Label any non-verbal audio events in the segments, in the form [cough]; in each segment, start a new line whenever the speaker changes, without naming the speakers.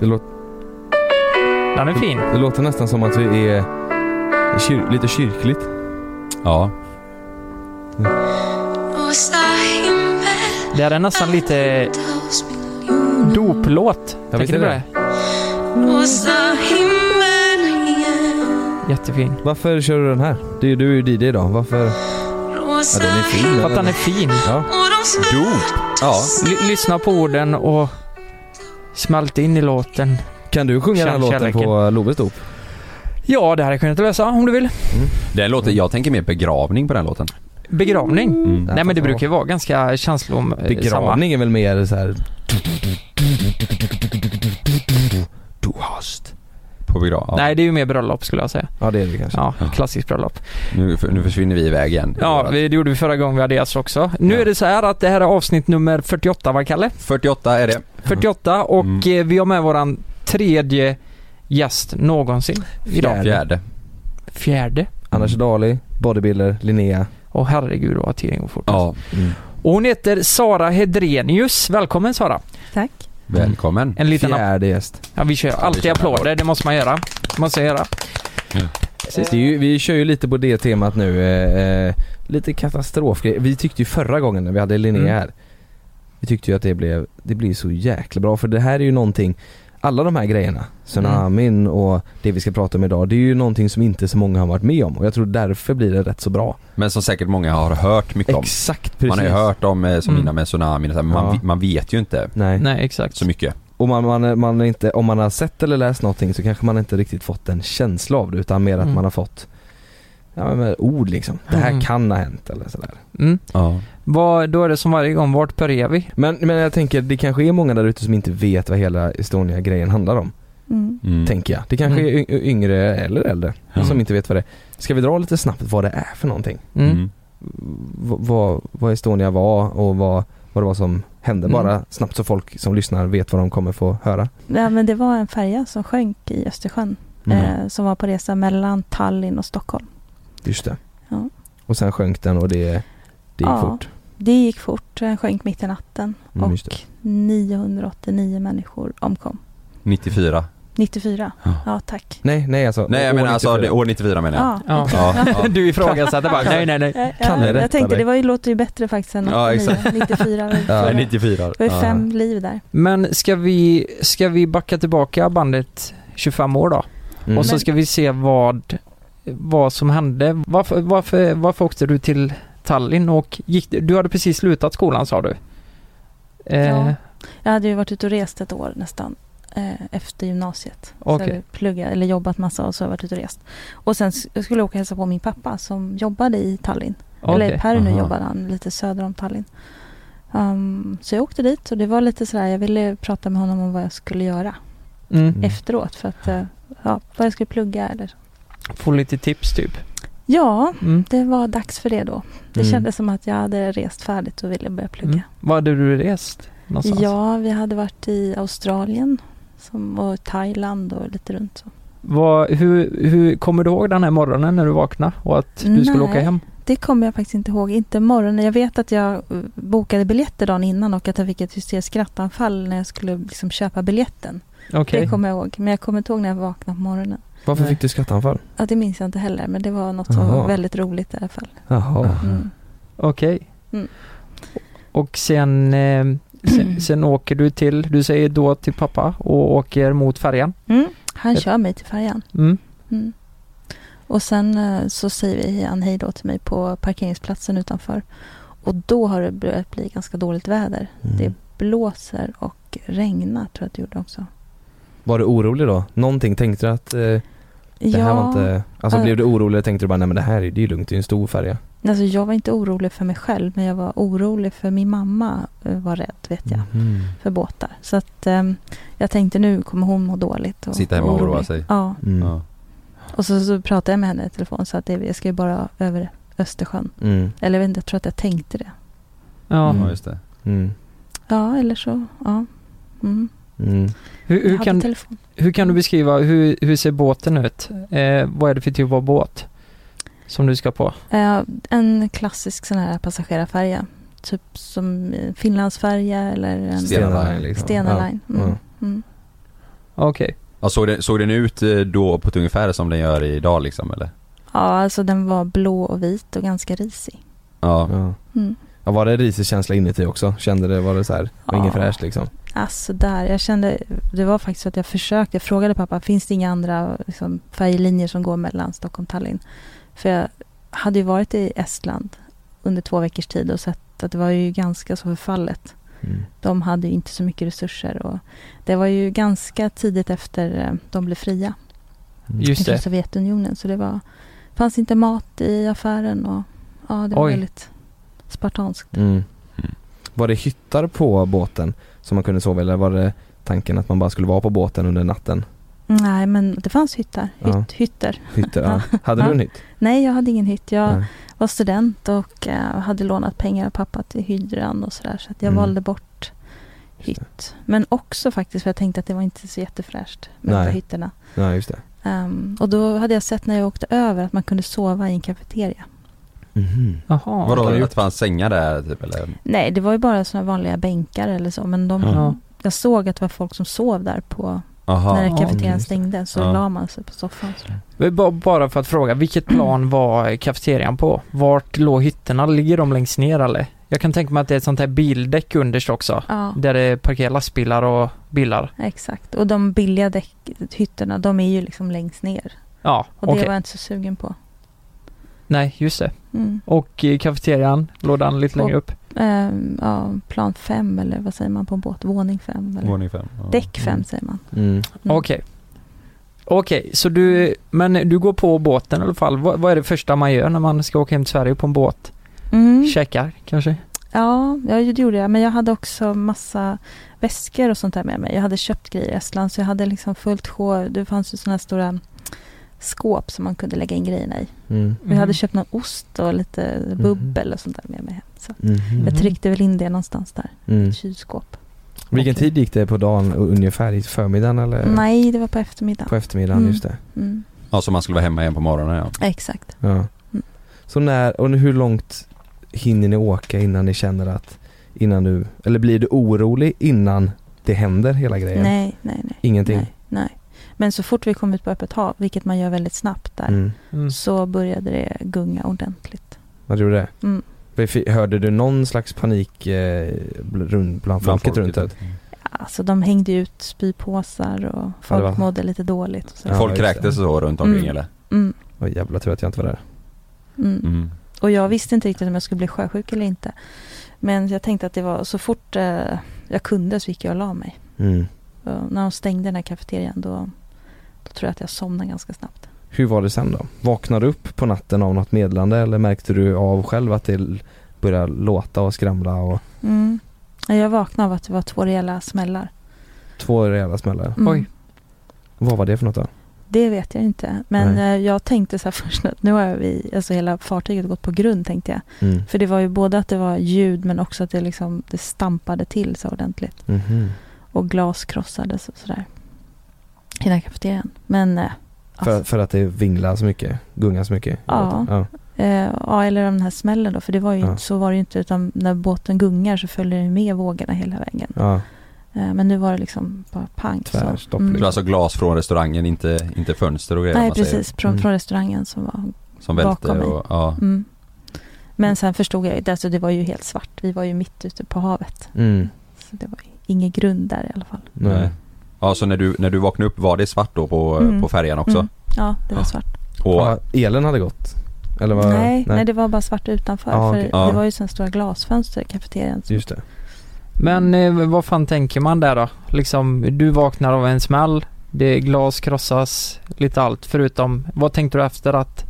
Det, låt,
Den är fin.
det låter nästan som att vi är kyr, lite kyrkligt.
Ja.
Det här är nästan lite doplåt.
Ja, visst
Tänker
är
ni på
det.
det? Jättefin.
Varför kör du den här? Det är, ju- du är ju DJ då. Varför? Ja, den är fin.
För att den är fin.
Ja.
Dop. Ja.
L- lyssna på orden och smält in i låten.
Kan du sjunga den här
Känn
låten
kärleken.
på Loves dop?
Ja, det här kan jag inte lösa om du vill.
Den låten, jag tänker mer begravning på den låten.
Begravning.
Mm.
Nej men det brukar ju vara ganska eh, känslosamma.
Begravning är väl mer så här. Du hast.
På begra- ja.
Nej, det är ju mer bröllop skulle jag säga.
Ja det är det kanske.
Ja, klassiskt bröllop.
Nu, nu försvinner vi iväg igen.
Ja, vi- det gjorde vi förra gången vi hade gäst också. Nu
alltså. Ja.
är det så här att det här är avsnitt nummer 48 va Kalle?
48 är det.
48 och
Mm.
eh, vi har med våran tredje gäst någonsin idag.
Fjärde.
Fjärde.
Fjärde.
Anders Dali, bodybuilder, Linnea.
Och herregud vad tiden går fort. alltså.
Ja.
Och hon heter Sara Hedrenius. Välkommen Sara.
Tack.
Välkommen.
En liten app-
Fjärde gäst.
Ja, vi kör alltid applåder, det måste man göra. Måste jag göra.
Det är ju, vi kör ju lite på det temat nu. eh, Eh, lite katastrofgrejer. Vi tyckte ju förra gången när vi hade Linnea
Mm.
här. Vi tyckte ju att det blev, det blev så jäkla bra för det här är ju någonting alla de här grejerna, tsunamin och det vi ska prata om idag, det är ju någonting som inte så många har varit med om och jag tror därför blir det rätt så bra.
Men som säkert många har hört mycket om.
Exakt precis.
Man har ju hört om, eh, som
Mm.
innan med tsunamin, och så här, men man,
Ja.
vi- man vet ju inte
Nej.
Nej, exakt.
så mycket.
Och man, man, man är inte, om man har sett eller läst någonting så kanske man inte riktigt fått en känsla av det utan mer att
Mm.
man har fått Ja men med ord liksom. Det här
Mm.
kan ha hänt eller sådär.
Mm.
Ja.
Vad, då är det som varje gång, vart börjar vi?
Men, men jag tänker, det kanske är många där ute som inte vet vad hela Estonia-grejen handlar om.
Mm.
Mm.
Tänker jag. Det kanske
Mm.
är y- yngre eller äldre
Ja.
som inte vet vad det är. Ska vi dra lite snabbt vad det är för någonting?
Mm.
Mm.
V- vad, vad Estonia var och vad, vad det var som hände.
Mm.
Bara snabbt så folk som lyssnar vet vad de kommer få höra.
Ja, men det var en färja som sjönk i Östersjön
Mhm.
Mm.
eh, som var på resa mellan Tallinn och Stockholm.
Just det.
Ja.
Och sen sjönk den och det, det gick
Ja.
fort.
Det gick fort, den sjönk mitt i natten
Mm, just
och 989 människor omkom.
94.
94,
Ja.
ja tack.
Nej, nej alltså.
Nej
år
jag menar alltså
94.
det, år 94 menar jag.
Ja.
[laughs] Ja.
Ja. ja.
Du ifrågasätter bara, nej nej nej.
Ja,
Kalle
ja,
rättar
jag tänkte
dig.
det var ju, låter ju bättre faktiskt än
Ja,
89, 94. Det
Ja,
Nej,
var ju
94.
Ja.
fem liv där.
Men ska vi, ska vi backa tillbaka bandet 25 år då?
Mm.
Och så ska vi se vad, vad som hände. Varför, varför, varför åkte du till Tallinn och gick, du hade precis slutat skolan sa du? Eh,
Ja. Jag hade ju varit ute och rest ett år nästan eh, efter gymnasiet.
Okej.
Så jag pluggat eller jobbat massa och så har jag varit ute och rest. Och sen s- jag skulle åka och hälsa på min pappa som jobbade i Tallinn. Eller i
okej.
Pärnu
Aha.
jobbade han lite söder om Tallinn. Ehm, så jag åkte dit och det var lite sådär, jag ville prata med honom om vad jag skulle göra
Mm.
Mm.
efteråt. För att, eh, ja, vad jag skulle plugga eller...
Få lite tips typ.
Ja,
Mm.
det var dags för det då. Det
Mm.
kändes som att jag hade rest färdigt och ville börja plugga.
Mm. Var hade du rest någonstans?
Ja, vi hade varit i Australien som, och Thailand och lite runt så.
Vad, hur, hur, kommer du ihåg den här morgonen när du vaknade och att du skulle
Nej.
åka hem?
Det kommer jag faktiskt inte ihåg. Inte morgonen. Jag vet att jag eh, bokade biljetter dagen innan och att jag fick ett hysteriskt skrattanfall när jag skulle liksom köpa biljetten.
Okej.
Det kommer jag ihåg. Men jag kommer inte ihåg när jag vaknade på morgonen.
Varför
Nej.
fick du skrattanfall?
Ja, det minns jag inte heller, men det var något som
Jaha.
var väldigt roligt i alla fall.
Jaha.
Mm.
Okej.
Mm.
Och sen, eh,
[clears throat]
sen, sen åker du till, du säger då till pappa och åker mot färjan.
Mm. Han
Ett-
kör mig till färjan.
Mm.
Mm. Och sen eh, så säger han hej då till mig på parkeringsplatsen utanför. Och då har det börjat bli ganska dåligt väder. Det blåser och regnar tror jag att det gjorde också.
Var du orolig då? Någonting tänkte du att eh, det här var inte, alltså
Ja. eh.
blev du orolig eller tänkte du bara nej men det här är det är ju lugnt, det är ju en stor färja.
Alltså jag var inte orolig för mig själv, men jag var orolig för min mamma eh, var rädd, vet jag,
Mm.
för båtar. Så att ehm, jag tänkte nu kommer hon må dåligt. Och
Sitta hemma och
vara
oroa
orolig.
sig.
Ja,
Mm.
Ja.
och så, så pratade jag med henne i telefon så att det, jag ska ju bara över Östersjön.
Mm.
Eller jag vet inte, jag tror att jag tänkte det.
Ja.
Mm.
ja, just det.
Mm.
Ja, eller så. Ja. Mm.
Mm.
Hur,
Jag
hur,
hade
kan,
telefon.
hur kan du beskriva, hur, hur ser båten ut? Eh, vad är det för typ av båt? Som du ska på?
Eh, en klassisk sån här passagerarfärja. Typ som eh, Finlandsfärja eller en
Stena Line,
Stena
Ja.
Line. Mm.
Ja.
Mm.
Okej.
Ja, såg, den, såg den ut eh, då på ett ungefär som den gör idag liksom eller?
Ja, alltså den var blå och vit och ganska risig.
Ja.
Ja.
Mm.
Ja, var det risig känsla inuti också? Kände det, var det så här, var ingen
Ja.
fräscht liksom?
Alltså där, jag kände, det var faktiskt så att jag försökte, jag frågade pappa, finns det inga andra liksom, färjelinjer som går mellan Stockholm och Tallinn? För jag hade ju varit i Estland under två veckors tid och sett att det var ju ganska så förfallet.
Mm.
De hade ju inte så mycket resurser och det var ju ganska tidigt efter eh, de blev fria
Mm.
Just
från
det.
Sovjetunionen så det var, fanns inte mat i affären och ja, det var
Oj.
väldigt spartanskt.
Mm. Var det hyttar på båten som man kunde sova i, eller var det tanken att man bara skulle vara på båten under natten?
Nej, men det fanns hyttar, hytt,
Ja.
hytter.
Hytter,
[laughs]
ja. Hade du en hytt?
Nej, jag hade ingen hytt. Jag,
Nej.
var student och eh, hade lånat pengar av pappa till hydran och sådär. Så att jag
Mm.
valde bort hytt. Men också faktiskt för jag tänkte att det var inte så jättefräscht med
Nej.
de där hytterna.
Ja, just det.
Ehm, och då hade jag sett när jag åkte över att man kunde sova i en kafeteria.
Mhm.
Jaha.
Vadå,
vad har du
att
gjort?
det fanns sängar där typ eller?
Nej, det var ju bara sådana vanliga bänkar eller så. Men de,
Ja.
jag såg att det var folk som sov där på, när
Jaha.
kafeterian
Mm, just det.
stängde. Så
Ja.
la man sig på soffan. sådär.
Men ba- Bara för att fråga, vilket plan var kafeterian på? Vart låg hytterna? Ligger de längst ner eller? Jag kan tänka mig att det är ett sånt här bildäck underst också.
Ja,
Där det parkerar lastbilar och bilar.
exakt. Och de billiga däck, hytterna, de är ju liksom längst ner.
Ja,
Och det
okej.
var jag inte så sugen på.
Nej, just det.
Mm.
Och eh, kafeterian, lådan lite längre upp.
Eh, ja, plan fem eller vad säger man på en båt? Våning fem eller?
Våning fem. Ja.
Däck
Mm.
fem säger man.
Mm.
Mm.
Okej. Okej, så du, men du går på båten i alla fall. Vad, vad är det första man gör när man ska åka hem till Sverige på en båt?
Mm.
Checkar kanske?
Ja, ja, det gjorde jag. Men jag hade också massa väskor och sånt där med mig. Jag hade köpt grejer i Estland så jag hade liksom fullt sjå. Det fanns ju sådana här stora skåp som man kunde lägga in grejerna i.
Mm.
Och Jag hade köpt någon ost och lite bubbel och sånt där med mig hem. Så
Mhm.
jag tryckte väl in det någonstans där.
Mm.
Ett kylskåp.
Vilken
Okej.
tid gick det på dagen och ungefär? I förmiddagen eller?
Nej, det var på eftermiddagen.
Eh. På eftermiddagen,
Mm.
just det.
Mm.
Ja, så man skulle vara hemma igen på morgonen ja.
Exakt.
Ja.
Mm.
Så när, och hur långt hinner ni åka innan ni känner att, innan du, eller blir du orolig innan det händer hela grejen?
Nej, nej, nej.
Ingenting?
Nej, nej. Men så fort vi kom ut på öppet hav, vilket man gör väldigt snabbt där,
Mm.
Mm.
så började det gunga ordentligt.
Vad gjorde det?
Mm.
Vi fi- Hörde du någon slags panik eh, bl- runt, bland folket typ. runt det?
Alltså de hängde ut spypåsar och folk
var-
mådde lite dåligt. Och så.
Ja,
Folk
just det.
kräktes så runt omkring
Mm.
eller?
Mm,
Åh jävla tur att jag inte var där.
mm.
Mm.
Och jag visste inte riktigt om jag skulle bli sjösjuk eller inte. Men jag tänkte att det var så fort eh, jag kunde så gick jag och la mig.
Mm.
Och när de stängde den här kafeterian då, då tror jag att jag somnade ganska snabbt.
Hur var det sen då? Vaknade du upp på natten av något meddelande eller märkte du av själv att det l- började låta och skramla och
Mm. Jag vaknade av att det var två rejäla smällar.
två rejäla smällar?
Mm.
Oj.
Vad var det för något då?
Det vet jag inte. Men
Nej.
eh, jag tänkte så här [laughs] först att nu har vi, alltså hela fartyget gått på grund tänkte jag.
Mm.
För det var ju både att det var ljud men också att det liksom, det stampade till så ordentligt.
Mhm.
Och glas krossades och sådär. I den här kafeterian. Men eh,
För,
alltså,
för att det vinglar så mycket, gungar så mycket? i
Ja.
båten. ja.
eh, ja, eller den här smällen då. För det var ju
Ja.
inte, så var det ju inte. Utan när båten gungar så följer den med vågorna hela vägen.
ja.
Eh, men nu var det liksom bara pang. så. Mm.
Tvärstopp,
Det
liksom.
var alltså glas från restaurangen, inte, inte fönster och grejer
Nej,
man säger,
precis. Från,
Mm.
från restaurangen som var.
Som välte
Bakom mig.
och, ja.
Mm.
Mm.
Men sen förstod jag ju, alltså det var ju helt svart. Vi var ju mitt ute på havet.
Mm.
Så det var ingen grund där i alla fall.
Nej.
Ja, så när du, när du vaknade upp var det svart då på,
Mm.
på färjan också?
Mm. Ja, det var
Ja.
svart.
Och,
Ja, elen hade gått? Eller var,
nej, nej. det var bara svart utanför.
Ja,
för
okej.
Ja.
Det var ju sådana stora glasfönster i kafeterian. som-
Just det.
Men eh, vad fan tänker man där då? Liksom, du vaknar av en smäll, det är glas krossas, lite allt förutom, vad tänkte du efter att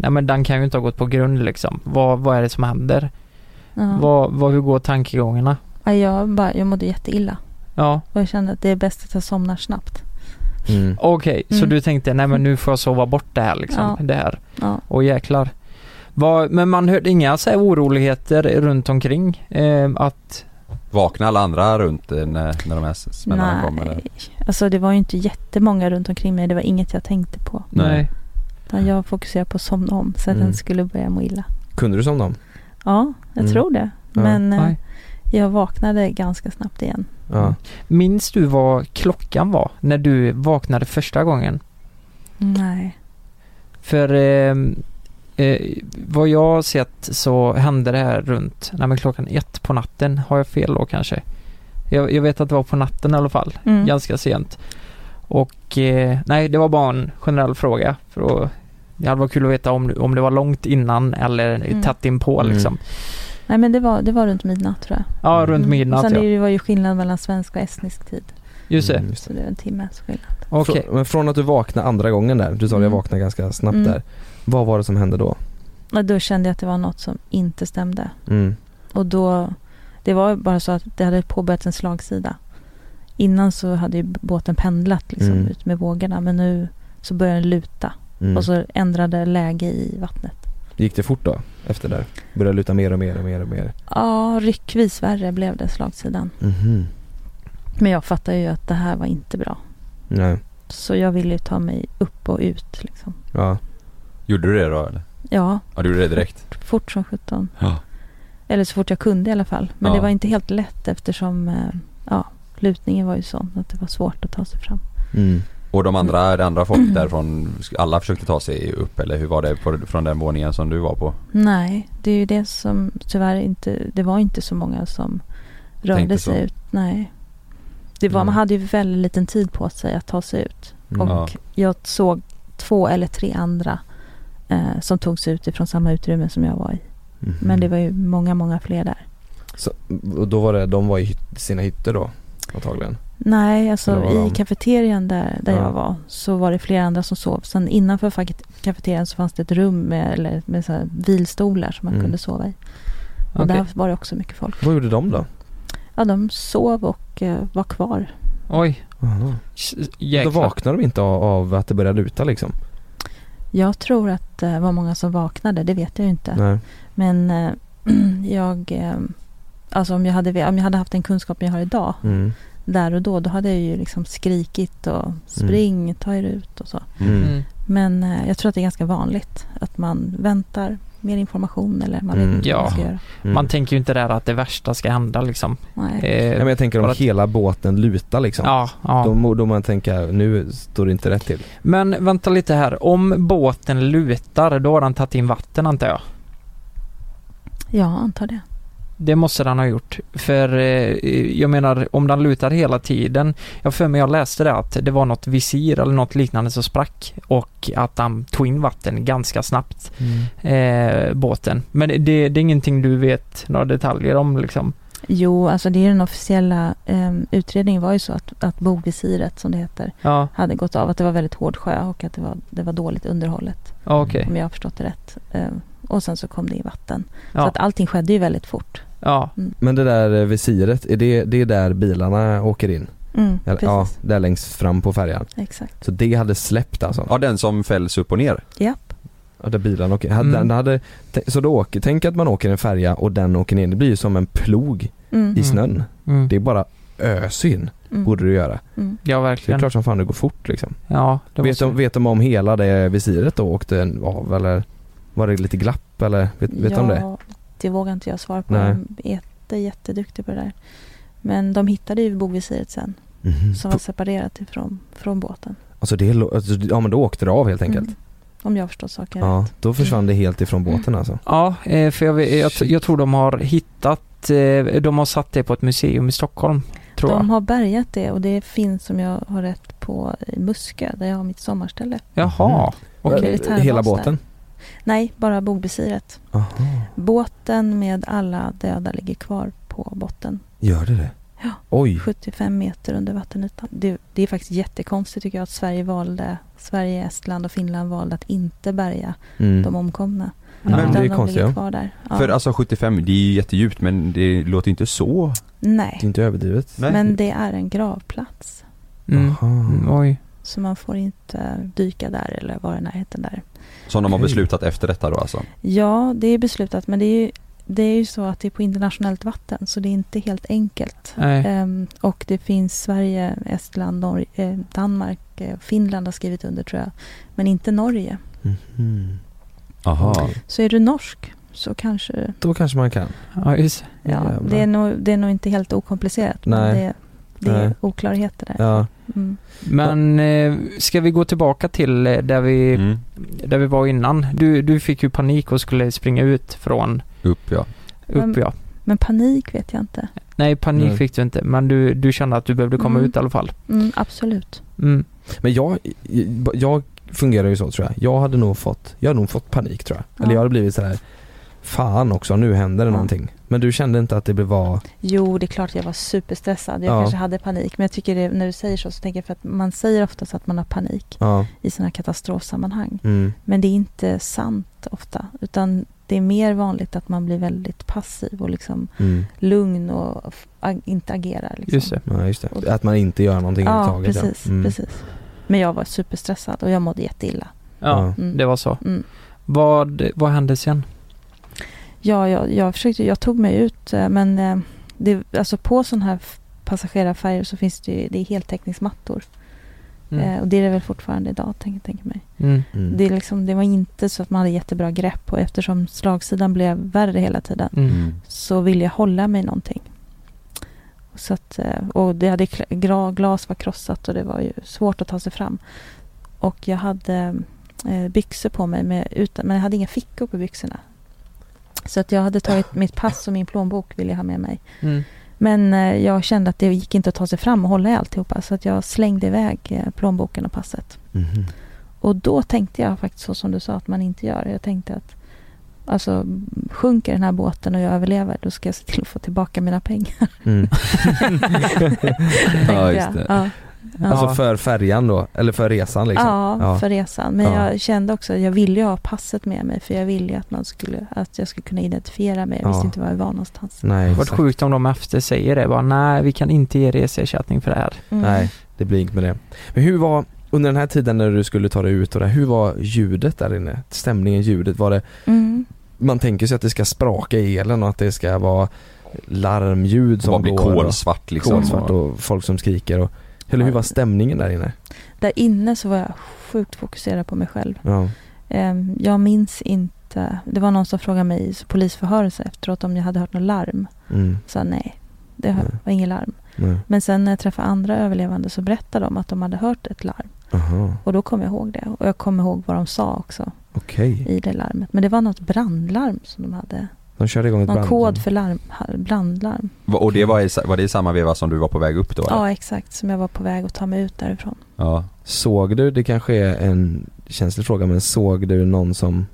Nej men den kan ju inte ha gått på grund liksom. Vad, vad är det som händer?
Ja.
Vad, vad, hur går tankegångarna?
Ja, jag, bara, jag mådde jätteilla.
Ja,
Och jag kände att det är bäst att jag somnar snabbt.
Mm.
okej, så
Mm.
du tänkte nej men nu får jag sova bort det här liksom.
Ja.
Det här.
Ja.
Och jäklar. Vad- men man hörde inga så här oroligheter runt omkring? Eh, att,
Vaknade alla andra runt eh, när, när de här s- smällarna kom? Eller?
Alltså det var ju inte jättemånga runt omkring mig. Det var inget jag tänkte på.
Nej.
nej.
Utan jag fokuserade på att somna om. Så att
Mm.
den skulle börja må illa.
Kunde du som dem?
Ja, jag
Mm.
tror det.
Ja.
Men eh,
Nej.
Jag vaknade ganska snabbt igen.
Ja.
Minns du vad klockan var när du vaknade första gången?
Nej.
För eh, eh, vad jag har sett så hände det här runt, nej men klockan ett på natten, har jag fel då kanske? Jag, jag vet att det var på natten i alla fall,
Mm.
ganska sent. Och eh, nej, det var bara en generell fråga. För då, det hade varit kul att veta om, om det var långt innan eller
Mm.
tätt inpå
Mm.
liksom.
Nej men det var, det var runt midnatt tror jag.
Ja, runt
Mm.
midnatt
Sen
ja.
det var ju skillnad mellan svensk och estnisk tid.
Just det,
Mm, just
Så det är en timmes skillnad.
okej.
Frå- Men från att du vaknade andra gången där, du sa att jag
Mm.
vaknade ganska snabbt
Mm.
där. Vad var det som hände då?
Och då kände jag att det var något som inte stämde.
Mm.
Och då, det var bara så att det hade påbörjats en slagsida. Innan så hade ju båten pendlat liksom,
Mm.
ut med vågorna men nu så började den luta
Mm.
och så ändrade läge i vattnet.
Gick det fort då? Efter där? Började luta mer och mer och mer och mer?
Ja, ryckvis värre blev det slagsidan.
Mhm.
Men jag fattar ju att det här var inte bra.
Nej.
Så jag ville ju ta mig upp och ut liksom.
Ja.
Gjorde du det då eller?
Ja,
Ja du gjorde det direkt?
fort som sjutton.
Ja.
Eller så fort jag kunde i alla fall. Men
Ja.
det var inte helt lätt eftersom eh, ja, lutningen var ju sån att det var svårt att ta sig fram.
Mm.
Och de andra, det andra folk därifrån, alla försökte ta sig upp eller hur var det på, från den våningen som du var på?
Nej, det är ju det som tyvärr inte, det var inte så många som
Tänkte
rörde
så.
sig ut. Nej. Det var,
Mm.
Man hade ju väldigt liten tid på sig att ta sig ut.
Mm.
Och
Ja.
jag såg två eller tre andra eh, som tog sig ut ifrån samma utrymme som jag var i.
Mhm.
Men det var ju många, många fler där.
Så, och då var det, de var i hytt, sina hytter då? Antagligen.
Nej, alltså
Eller var
i
de-
kafeterian där, där
Ja.
jag var så var det flera andra som sov. Sen innanför fak- kafeterian så fanns det ett rum med, eller med så här vilstolar som man
Mm.
kunde sova i. Och
Okej.
där var det också mycket folk.
Vad gjorde de då?
Ja, de sov och eh, var kvar.
Oj,
Aha. Då
jäklar.
vaknade de inte av, av att det började luta liksom?
Jag tror att eh, det var många som vaknade, det vet jag ju inte.
Nej.
Men eh, jag... eh, [clears throat] Alltså om jag, hade, ve- om jag hade haft den kunskap jag har idag,
Mm.
där och då, då hade jag ju liksom skrikit och spring, ta er ut och så.
Mm.
Mm.
Men eh, jag tror att det är ganska vanligt att man väntar mer information eller man
Mm.
vet inte vad man ska
Ja.
göra.
Mm.
Man tänker ju inte där att det värsta ska hända liksom.
Nej.
Eh,
Nej, men jag tänker om
Bara att-
hela båten lutar liksom.
ja, ja.
Då, må- då man tänker, nu står det inte rätt till.
Men vänta lite här, om båten lutar då har den tagit in vatten antar jag?
Ja, antar det.
Det måste den ha gjort. För eh, jag menar om den lutar hela tiden. Jag för mig jag läste det att det var något visir eller något liknande som sprack och att den tog in vatten ganska snabbt, eh, båten. Men det, det är ingenting du vet några detaljer om liksom?
Jo, alltså det är den officiella eh, utredningen var ju så att, att bogvisiret, som det heter,
Ja,
hade gått av. Att det var väldigt hård sjö och att det var, det var dåligt underhållet,
ja, okej.
om jag har förstått det rätt. Eh, och sen så kom det i vatten.
Ja.
Så att allting skedde ju väldigt fort.
Ja,
Men det där eh, visiret, är det, det är där bilarna åker in?
Mm,
Eller,
precis,
ja, där längst fram på färjan.
exakt.
Så det hade släppt alltså?
Ja den som fälls upp och ner?
Japp.
Ja, där bilarna åker hade,
Mm.
den hade, t- Så då åker, tänk att man åker en färja och den åker ner. Det blir ju som en plog
Mm,
i
Mm.
snön.
mm.
Det är bara ösyn,
mm,
borde du göra.
mm.
ja
Det är
verkligen.
klart som fan det går fort liksom.
Ja, det
Vet
måste-
de, vet de om hela det visiret då åkte en- av eller var det lite glapp eller vet, vet de det?
det vågar inte jag svara på.
Nej.
De är jätte, jätteduktiga på det där. Men de hittade ju bogvisiret sen,
Mhm.
Mm.
som var separerat ifrån från båten.
Alltså det, lå- alltså, ja men då åkte det av helt enkelt.
Mm. Om jag Mm. har förstått saken
Ja,
rätt.
då försvann det helt ifrån båten alltså.
Ja, eh, för jag, jag, jag tror de har hittat, eh, de har satt det på ett museum i Stockholm, tror jag.
De har bärgat det och det finns, om jag har rätt, på Muskö där jag har mitt sommarställe.
Jaha, okej.
Okej.
Eh, Hela båten?
Nej, bara bogvisiret.
Aha.
Båten med alla döda ligger kvar på botten.
Gör det det?
Ja.
Oj.
75 meter under vattenytan. Det, det är faktiskt jättekonstigt tycker jag att Sverige valde, Sverige, Estland och Finland valde att inte bärga
Mm.
de omkomna.
Men
Ja.
det är
Utan de
konstigt,
ligger
ja.
kvar där. Ja.
För alltså 75, det är ju jättedjupt men det låter ju inte så.
Det är
Nej,
inte överdrivet.
Nej.
men det är en gravplats.
Mm. Mm,
Aha.
Oj.
Så man får inte dyka där eller vara i närheten där.
Som de har
Okej.
beslutat efter detta då alltså.
Ja, det är beslutat men det är ju, det är ju så att det är på internationellt vatten så det är inte helt enkelt.
Nej.
Ehm, och det finns Sverige, Estland, Norge, eh, Danmark, eh, Finland har skrivit under tror jag. Men inte Norge.
Mhm.
Aha.
Så är du norsk så kanske...
Då kanske man kan.
Ja, just
Ja,
Jävlar.
det, är nog, det är nog inte helt okomplicerat. Men
Nej.
det, det är
Nej.
oklarheter där.
Ja.
Mm.
Men eh, ska vi gå tillbaka till eh, där vi,
Mm.
där vi var innan? Du, du fick ju panik och skulle springa ut från
Upp ja.
upp
Mm.
ja.
Men panik vet jag inte.
Nej, panik
Nej.
fick du inte, men du, du kände att du behövde komma
Mm.
ut i alla fall.
Mm, absolut.
Mm.
Men jag, jag fungerar ju så tror jag. Jag hade nog fått, jag hade nog fått panik tror jag. Eller
Ja.
jag hade blivit så här. Fan också, nu händer det
Ja.
någonting. Men du kände inte att det blev var...
Jo, det är klart att jag var superstressad. Jag
Ja.
kanske hade panik. Men jag tycker det, när du säger så, så tänker jag för att man säger oftast att man har panik
Ja,
i sådana här katastrofsammanhang.
mm,
Men det är inte sant ofta. Utan det är mer vanligt att man blir väldigt passiv och liksom
mm,
lugn och f- ag- inte agerar. Liksom.
Just det.
ja, just det. Att man inte gör någonting
Ja,
överhuvudtaget.
precis,
Mm.
precis. Men jag var superstressad och jag mådde jätteilla.
Ja,
Ja.
Mm.
det var så.
Mm.
Vad, vad hände sen?
Ja, jag, jag, försökte, jag tog mig ut eh, men eh, det, alltså på sådana här f- passagerarfärjor så finns det ju det är heltäckningsmattor.
Mm.
Eh, och det är det väl fortfarande idag, tänker tänker mig.
Mm.
Mm.
Det, är liksom, det var inte så att man hade jättebra grepp och eftersom slagsidan blev värre hela tiden
Mm.
Mm.
så ville jag hålla mig i någonting. Så att, eh, och det hade, kla- gra- glas var krossat och det var ju svårt att ta sig fram. Och jag hade eh, byxor på mig med, utan, men jag hade inga fickor på byxorna. Så att jag hade tagit mitt pass och min plånbok ville jag ha med mig.
Mm.
Men eh, jag kände att det gick inte att ta sig fram och hålla i alltihopa så att jag slängde iväg eh, plånboken och passet.
Mhm.
Och då tänkte jag faktiskt så som du sa att man inte gör. Jag tänkte att alltså, sjunker den här båten och jag överlever då ska jag se till att få tillbaka mina pengar.
Mm.
tänkte
Ja,
jag.
just det.
Ja.
[laughs]
Ja.
Alltså för färjan då, eller för resan liksom.
ja,
Ja.
för resan. Men
Ja.
jag kände också att jag ville ju ha passet med mig för jag ville ju att, man skulle, att jag skulle kunna identifiera mig. Jag visste
Ja.
inte var jag var någonstans.
Nej,
Vart
exakt.
sjukt om de efter säger det. Bara, nej, vi kan inte ge reseersättning för det här.
Mm.
Nej, det blir inget med det. Men hur var, under den här tiden när du skulle ta dig ut och det, här, hur var ljudet där inne? Stämningen, ljudet, var det
Mm.
man tänker sig att det ska spraka i elen och att det ska vara larmljud
Som
som
bara blir
går
kolsvart
och
liksom.
kolsvart och folk som skriker och eller hur var stämningen där inne?
Där inne så var jag sjukt fokuserad på mig själv.
Ja.
Ehm, Jag minns inte. Det var någon som frågade mig i polisförhöret efteråt om jag hade hört något larm.
Mm.
Jag sa nej, det
Nej.
var inget larm.
Nej.
Men sen när jag träffade andra överlevande så berättade de att de hade hört ett larm.
Aha.
Och då kom jag ihåg det. Och jag kommer ihåg vad de sa också
Okej.
i det larmet. Men det var något brandlarm som de hade.
De körde igång ett
Någon
brand.
kod för larm, brandlarm.
Va- Och det var, i, sa- var det i samma veva som du var på väg upp då? eller?
Ja, exakt. Som jag var på väg att ta mig ut därifrån.
ja.
Såg du, det kanske är en känslig fråga men såg du någon som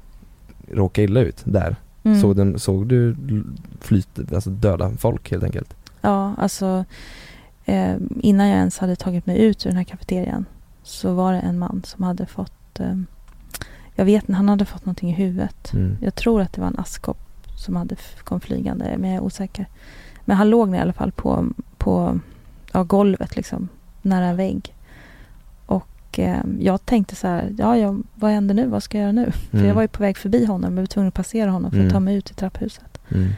råkade illa ut där?
Mm.
Såg, den, såg du l- flyt, alltså döda folk helt enkelt?
Ja, alltså eh, innan jag ens hade tagit mig ut ur den här kafeterian så var det en man som hade fått, eh, jag vet inte, han hade fått någonting i huvudet.
Mm.
Jag tror att det var en askkopp som hade f- kom flygande, men jag är osäker. Men han låg ner i alla fall på, på ja, golvet, liksom, nära en vägg. Och eh, jag tänkte så här, ja, jag, vad händer nu? Vad ska jag göra nu? För jag var ju på väg förbi honom, men var tvungen att passera honom för att
Mm.
ta mig ut i trapphuset.
Mm.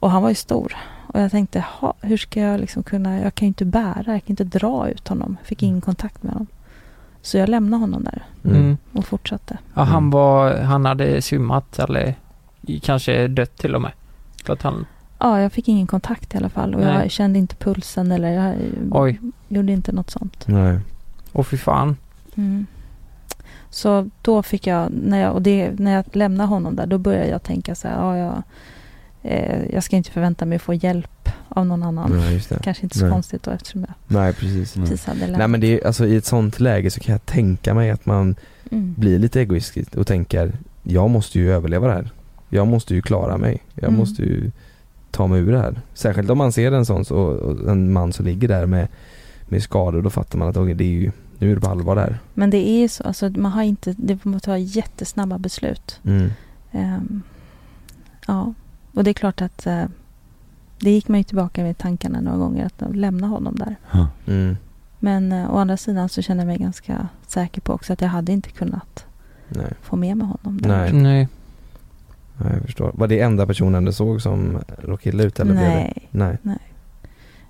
Och han var ju stor. Och jag tänkte, "Jaha, hur ska jag liksom kunna, jag kan ju inte bära, jag kan inte dra ut honom. Jag fick ingen kontakt med honom. Så jag lämnade honom där
Mm.
Mm.
och fortsatte.
Ja,
Mm.
han var, han hade svimmat eller i- kanske dött till och med. För att han,
Ja, jag fick ingen kontakt i alla fall och
Nej.
jag kände inte pulsen eller jag
oj,
gjorde inte något sånt.
Nej.
åh fy fan.
Så då fick jag, när jag, och det, när jag lämnade honom där, då började jag tänka så här, ja, jag, eh, jag ska inte förvänta mig att få hjälp av någon annan.
Nej, just det.
Kanske inte så
Nej.
konstigt då eftersom jag
Nej precis.
precis hade lämnat.
Nej men det är, alltså i ett sånt läge så kan jag tänka mig att man
Mm.
blir lite egoistisk och tänker jag måste ju överleva det här. Jag måste ju klara mig. Jag
Mm.
måste ju ta mig ur det här. Särskilt om man ser en sån så, och en man som ligger där med, med skador då fattar man att okej, det är ju, nu är det på allvar där.
Men det är ju så, alltså, man har inte, det måste ta jättesnabba beslut.
Mm.
Ehm, ja, och det är klart att eh, det gick man ju tillbaka med i tankarna några gånger att lämna honom där.
Mm.
Men eh, å andra sidan så känner jag mig ganska säker på också att jag hade inte kunnat
Nej.
få med mig honom där.
Nej.
Nej.
Ja, jag förstår. Var det enda personen du såg som råkade illa ut eller blev det?
Nej.
Nej.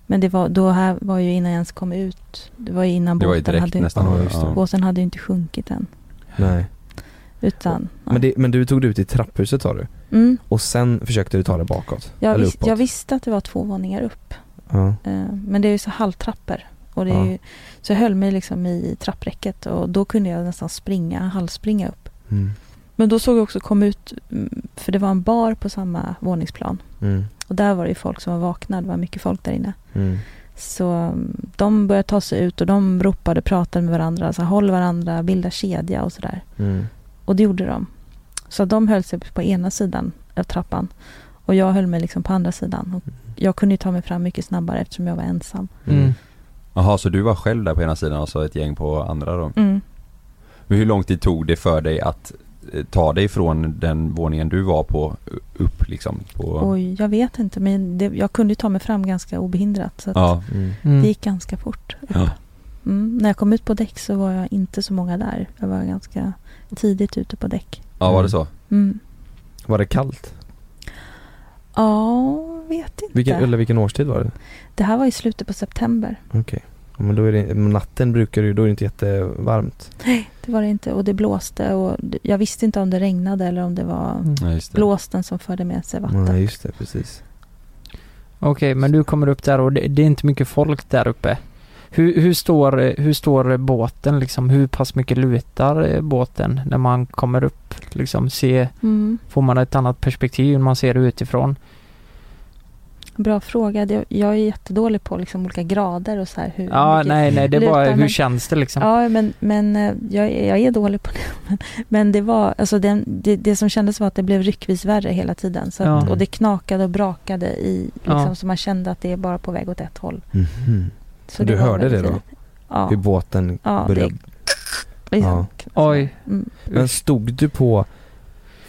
Men det var, då här var ju innan jag ens kom ut. Det var ju innan
Det var ju
båten,
direkt
hade,
nästan.
Ja, just det.
båten hade ju inte sjunkit än.
Nej.
Utan,
Men, det, men du tog dig ut i trapphuset sa du?
Mm.
och sen försökte du ta det bakåt.
Jag,
eller
vis,
uppåt.
jag visste att det var två våningar upp.
ja.
Eh, Men det är ju så halvtrappor. Och det är
Ja.
ju, så jag höll mig liksom i trappräcket och då kunde jag nästan springa, halvspringa upp.
mm.
Men då såg jag också kom ut, mm, för det var en bar på samma våningsplan.
Mm.
Och där var det ju folk som var vakna, det var mycket folk där inne.
Mm.
Så mm, de började ta sig ut och de ropade, pratade med varandra, alltså håll varandra, bilda kedja och sådär.
Mm.
Och det gjorde de. Så de höll sig på ena sidan av trappan och jag höll mig liksom på andra sidan. Och jag kunde ju ta mig fram mycket snabbare eftersom jag var ensam.
Mm.
Jaha, så du var själv där på ena sidan och så ett gäng på andra då? Men hur lång tid tog det för dig att eh, ta dig från den våningen du var på upp liksom? På...
Oj, jag vet inte, men det, jag kunde ju ta mig fram ganska obehindrat. Så att
Ja,
Mm.
Mm.
det gick ganska fort.
ja.
Mm. När jag kom ut på däck så var jag inte så många där. Jag var ganska tidigt ute på däck.
ja, var det så?
Mm.
Var det kallt?
Ja, vet inte.
Vilken, eller vilken årstid var det?
Det här var i slutet på september.
Ja, men då är det, natten brukar ju, då är det inte jättevarmt.
Nej, det var det inte. Och det blåste och d- jag visste inte om det regnade eller om det var
Mm.
Ja, just det.
blåsten som förde med sig vatten.
Nej, just det, precis.
Okej, men du kommer upp där och det, det är inte mycket folk där uppe. Hur, hur, står, eh, hur står eh, båten liksom? Hur pass mycket lutar eh, båten när man kommer upp? Liksom se,
Mm.
får man ett annat perspektiv när man ser det utifrån?
Bra fråga. Det- Jag är jättedålig på liksom olika grader och så här hur
Ja,
mycket-
nej, nej, det är bara
lutar,
hur
men-
känns det liksom?
Ja, men, men eh, jag, är- jag är dålig på det. [laughs] Men, men det var, alltså den, det, det som kändes var att det blev ryckvis värre hela tiden. Så att,
Ja.
Och det knakade och brakade i, liksom,
Ja.
så man kände att det är bara på väg åt ett håll. Så
Du
var
hörde
väldigt
det då?
jobbigt. Ja,
Hur båten
ja det
började.
liksom,
Oj,
Mm.
Men stod du på,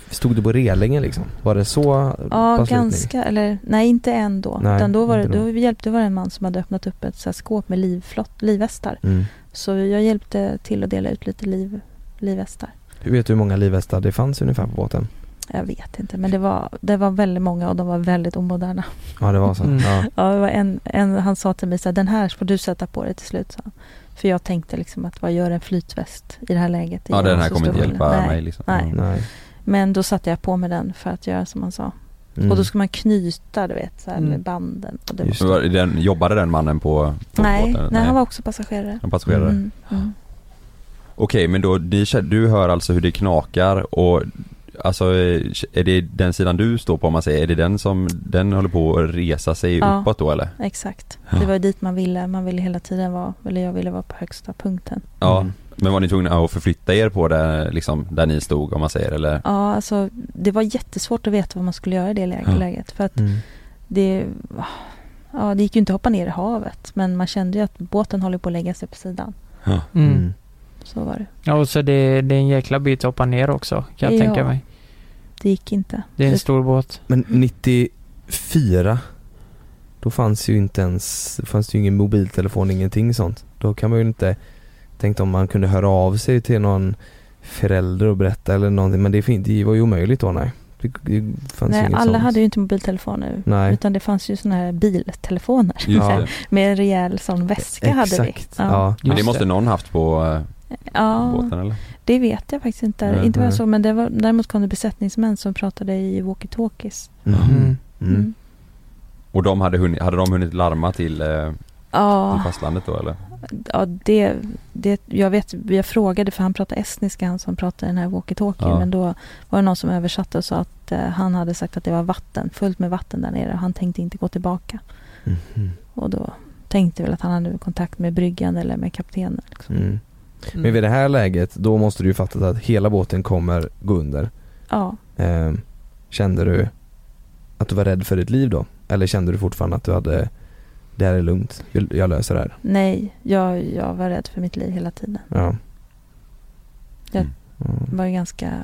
stod du på relingen liksom? Var det så?
Ja,
pass lutning?
ganska, eller nej inte än då.
Nej,
Utan då, var det,
inte då.
då hjälpte var det en man som hade öppnat upp ett så här skåp med livflott, livvästar.
Mm.
Så jag hjälpte till att dela ut lite liv, livvästar.
Hur vet du hur många livvästar det fanns ungefär på båten?
Jag vet inte, men det var, det var väldigt många och de var väldigt omoderna.
Ja, det var så.
Mm.
Ja.
Ja, det var en, en, han sa till mig så här, den här får du sätta på dig till slut. Sa han. För jag tänkte liksom att vad gör en flytväst i det här läget? Det
Ja,
gör
den här
så
kommer
stor
inte hjälpa
skillnad. Nej.
mig liksom.
Nej.
Nej.
Men då satte jag på mig den för att göra som han sa.
Mm.
Och då ska man knyta, du vet, så här med
Mm.
banden. Och det
Just
var...
Men var- Den, jobbade den mannen på, på
nej,
båten?
nej, han var också passagerare.
Han passagerare?
Mm.
mm.
Okej, men då, ni, kä- du hör alltså hur det knakar och Alltså eh, är det den sidan du står på om man säger, är det den som, den håller på att resa sig
Ja.
uppåt då eller?
Exakt.
Ja.
Det var ju dit man ville. Man ville hela tiden vara, eller jag ville vara på högsta punkten.
Ja,
Mm.
men var ni tvungna att förflytta er på där, liksom, där ni stod om man säger eller?
Ja, alltså det var jättesvårt att veta vad man skulle göra i det lä-
Ja.
läget. För att
Mm.
det, ah, ja, det gick ju inte att hoppa ner i havet men man kände ju att båten håller på att lägga sig på sidan.
mm.
Mm.
Så var det.
Ja, och så det, det är en jäkla bit att hoppa ner också kan jag
Ja.
tänka mig.
Det gick inte.
Det är en
Det-
stor båt.
Men 94 Då fanns ju inte ens, det fanns ju ingen mobiltelefon, ingenting sånt Då kan man ju inte Tänkt om man kunde höra av sig till någon Förälder och berätta eller någonting men det, fin- det var ju omöjligt då nej Det, det fanns ju
Nej,
inget
alla
sånt.
hade ju inte mobiltelefoner
Nej,
utan det fanns ju sådana här biltelefoner.
Just
Ja.
det.
Med en rejäl sån väska hade vi.
exakt
Ja.
ja.
Men det
Just
måste
det.
någon haft på eh,
ja,
båten eller?
det vet jag faktiskt inte.
Nej,
inte vad jag
nej.
såg men det var, däremot kom det besättningsmän som pratade i walkie-talkies.
Mm.
Mm.
Mm.
Mm.
Och de hade, hunnit, hade de hunnit larma till, eh, till
Ja,
fastlandet då eller?
ja det, det, jag vet, jag frågade för han pratade estniska han som pratade den här walkie-talkien
Ja.
men då var det någon som översatte och sa att eh, han hade sagt att det var vatten, fullt med vatten där nere och han tänkte inte gå tillbaka. Mm.
Mhm.
Och då tänkte jag väl att han hade kontakt med bryggan eller med kaptenen. Liksom.
Mm. Men vid det här läget, då måste du ju fatta att hela båten kommer gå under
Ja,
eh, Kände du att du var rädd för ditt liv då? Eller kände du fortfarande att du hade Det här är lugnt, jag jag löser det här?
nej, jag, jag var rädd för mitt liv hela tiden.
Ja.
Jag-
Mm.
Jag var ju ganska,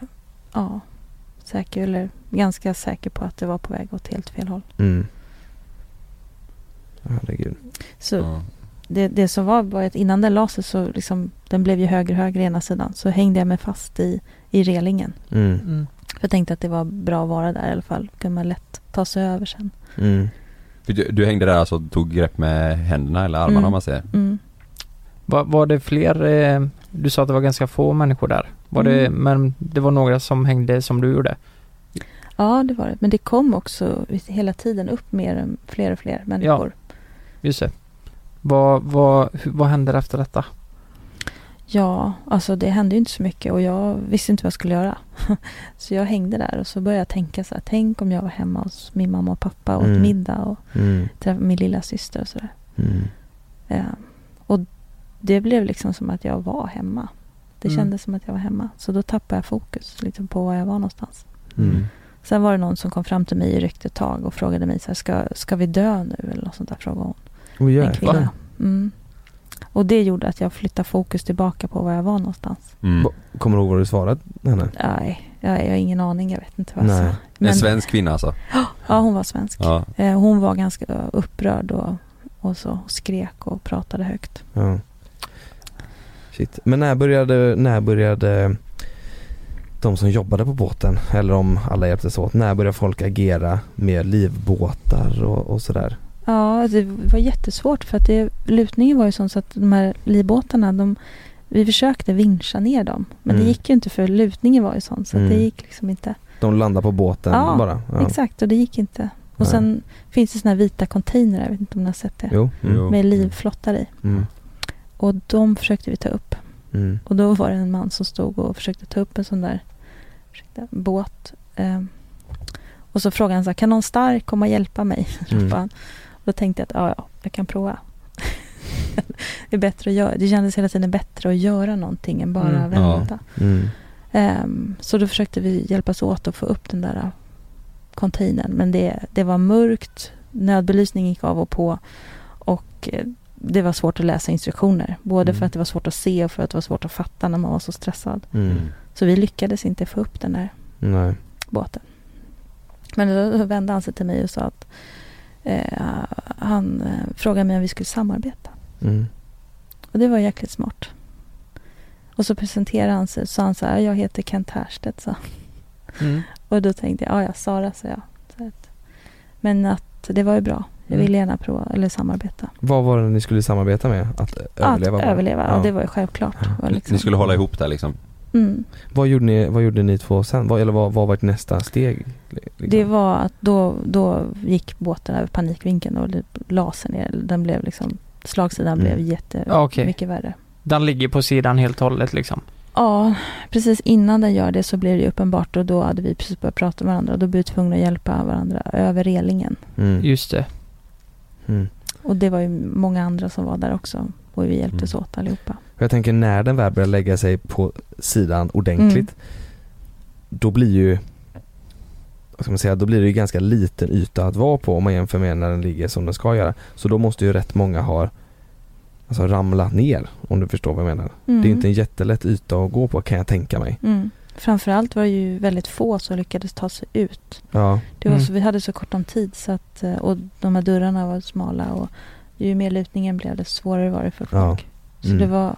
ja, säker, eller ganska säker på att det var på väg åt helt fel håll.
Mm. Herregud.
Så
Ja.
det, det som var var att innan den la sig så liksom, den blev ju högre och högre ena sidan. Så hängde jag mig fast i, i relingen.
Mm.
Mm.
För jag tänkte att det var bra att vara där i alla fall. Kunde man lätt ta sig över sen.
Mm.
För Du, du hängde där alltså och tog grepp med händerna eller armarna
Mm.
om man säger?
Mm.
Var, var det fler, eh, du sa att det var ganska få människor där. Var det,
Mm.
men det var några som hängde som du gjorde?
Ja, det var det. Men det kom också hela tiden upp mer, fler och fler människor.
Just det. Vad, vad, hu- vad händer efter detta?
Ja, alltså det hände ju inte så mycket och jag visste inte vad jag skulle göra. [laughs] så jag hängde där och så började jag tänka så här, tänk om jag var hemma hos min mamma och pappa och åt
Mm.
middag och
Mm.
träffade min lilla syster och sådär.
Mm.
Eh, och det blev liksom som att jag var hemma. Det
Mm.
kändes som att jag var hemma. Så då tappade jag fokus liksom på var jag var någonstans.
Mm.
Sen var det någon som kom fram till mig och ryckte tag och frågade mig så här, ska, ska vi dö nu eller något sånt där frågade hon.
Och
En
jäklar.
kvinna. Mm. Och det gjorde att jag flyttade fokus tillbaka på var jag var någonstans.
Mm.
Va- Kommer du ihåg vad du svarade henne?
Nej, jag, jag har ingen aning. Jag vet inte vad jag
Nej.
sa. Men,
En svensk kvinna alltså?
Ja, hon var svensk.
Ja.
Eh, Hon var ganska upprörd och, och så och skrek och pratade högt.
Ja. Shit. Men när började, när började de som jobbade på båten, eller om alla hjälptes åt, när började folk agera med livbåtar och, och sådär?
Ja, det var jättesvårt för att det, lutningen var ju sån så att de här livbåtarna, de, vi försökte vincha ner dem. Men
Mm.
det gick ju inte för lutningen var ju sån så att
Mm.
det gick liksom inte.
De landade på båten
Ja,
bara?
Exakt, och det gick inte. Och
Nej.
sen finns det såna här vita containrar, jag vet inte om ni har sett det,
Jo. Mm.
Jo.
med livflottar i.
Mm.
Och de försökte vi ta upp.
Mm.
Och då var det en man som stod och försökte ta upp en sån där ursäkta, båt. Ehm, och så frågade han så här, kan någon stark komma och hjälpa mig?
Mm.
ropade han. Och då tänkte jag att ja, ja, jag kan prova. [laughs] det, är bättre att göra. det kändes hela tiden bättre att göra någonting än bara
Mm.
vänta.
Mm.
Ehm, så då försökte vi hjälpas åt att få upp den där äh, containern. Men det, det var mörkt, nödbelysning gick av och på och eh, det var svårt att läsa instruktioner. Både
Mm.
för att det var svårt att se och för att det var svårt att fatta när man var så stressad.
Mm.
Så vi lyckades inte få upp den där
Nej.
båten. Men då vände han sig till mig och sa att eh, han eh, frågade mig om vi skulle samarbeta.
Mm.
Och det var jäkligt smart. Och så presenterade han sig och sa han så här, jag heter Kent Härstedt. Så.
Mm.
Och då tänkte jag, ja ja, Sara sa jag. Så att, men att det var ju bra. Jag
Mm.
ville gärna prova, eller samarbeta.
Vad var det ni skulle samarbeta med? Att överleva?
att
bara?
överleva, ja.
Ja.
det var ju självklart. Det var
Ni-
liksom-
Ni skulle hålla ihop där liksom?
Mm.
Vad, gjorde ni, vad gjorde ni två sen? Vad, eller vad, vad var ert nästa steg? liksom?
Det var att då, då gick båten över panikvinkeln och la sig ner. Den blev liksom, slagsidan
Mm.
blev jätte,
Ja, okej.
mycket värre.
Den ligger på sidan helt och hållet liksom.
Ja, precis innan den gör det så blev det ju uppenbart och då hade vi precis börjat prata med varandra och då blev vi tvungna att hjälpa varandra över relingen.
Mm.
Just det.
Mm.
Och det var ju många andra som var där också och vi hjälptes
Mm.
åt allihopa.
Jag tänker när den väl börjar lägga sig på sidan ordentligt Då blir ju vad ska man säga, då blir det ju ganska liten yta att vara på om man jämför med när den ligger som den ska göra. Så då måste ju rätt många ha alltså, ramlat ner om du förstår vad jag menar.
Mm.
Det är ju inte en jättelätt yta att gå på kan jag tänka mig.
mm. Framförallt var det ju väldigt få som lyckades ta sig ut.
Ja,
Det var
Mm.
så, vi hade så kort om tid så att, eh, och de här dörrarna var smala och ju mer lutningen blev desto svårare var det för
Ja.
folk. Så
Mm.
det var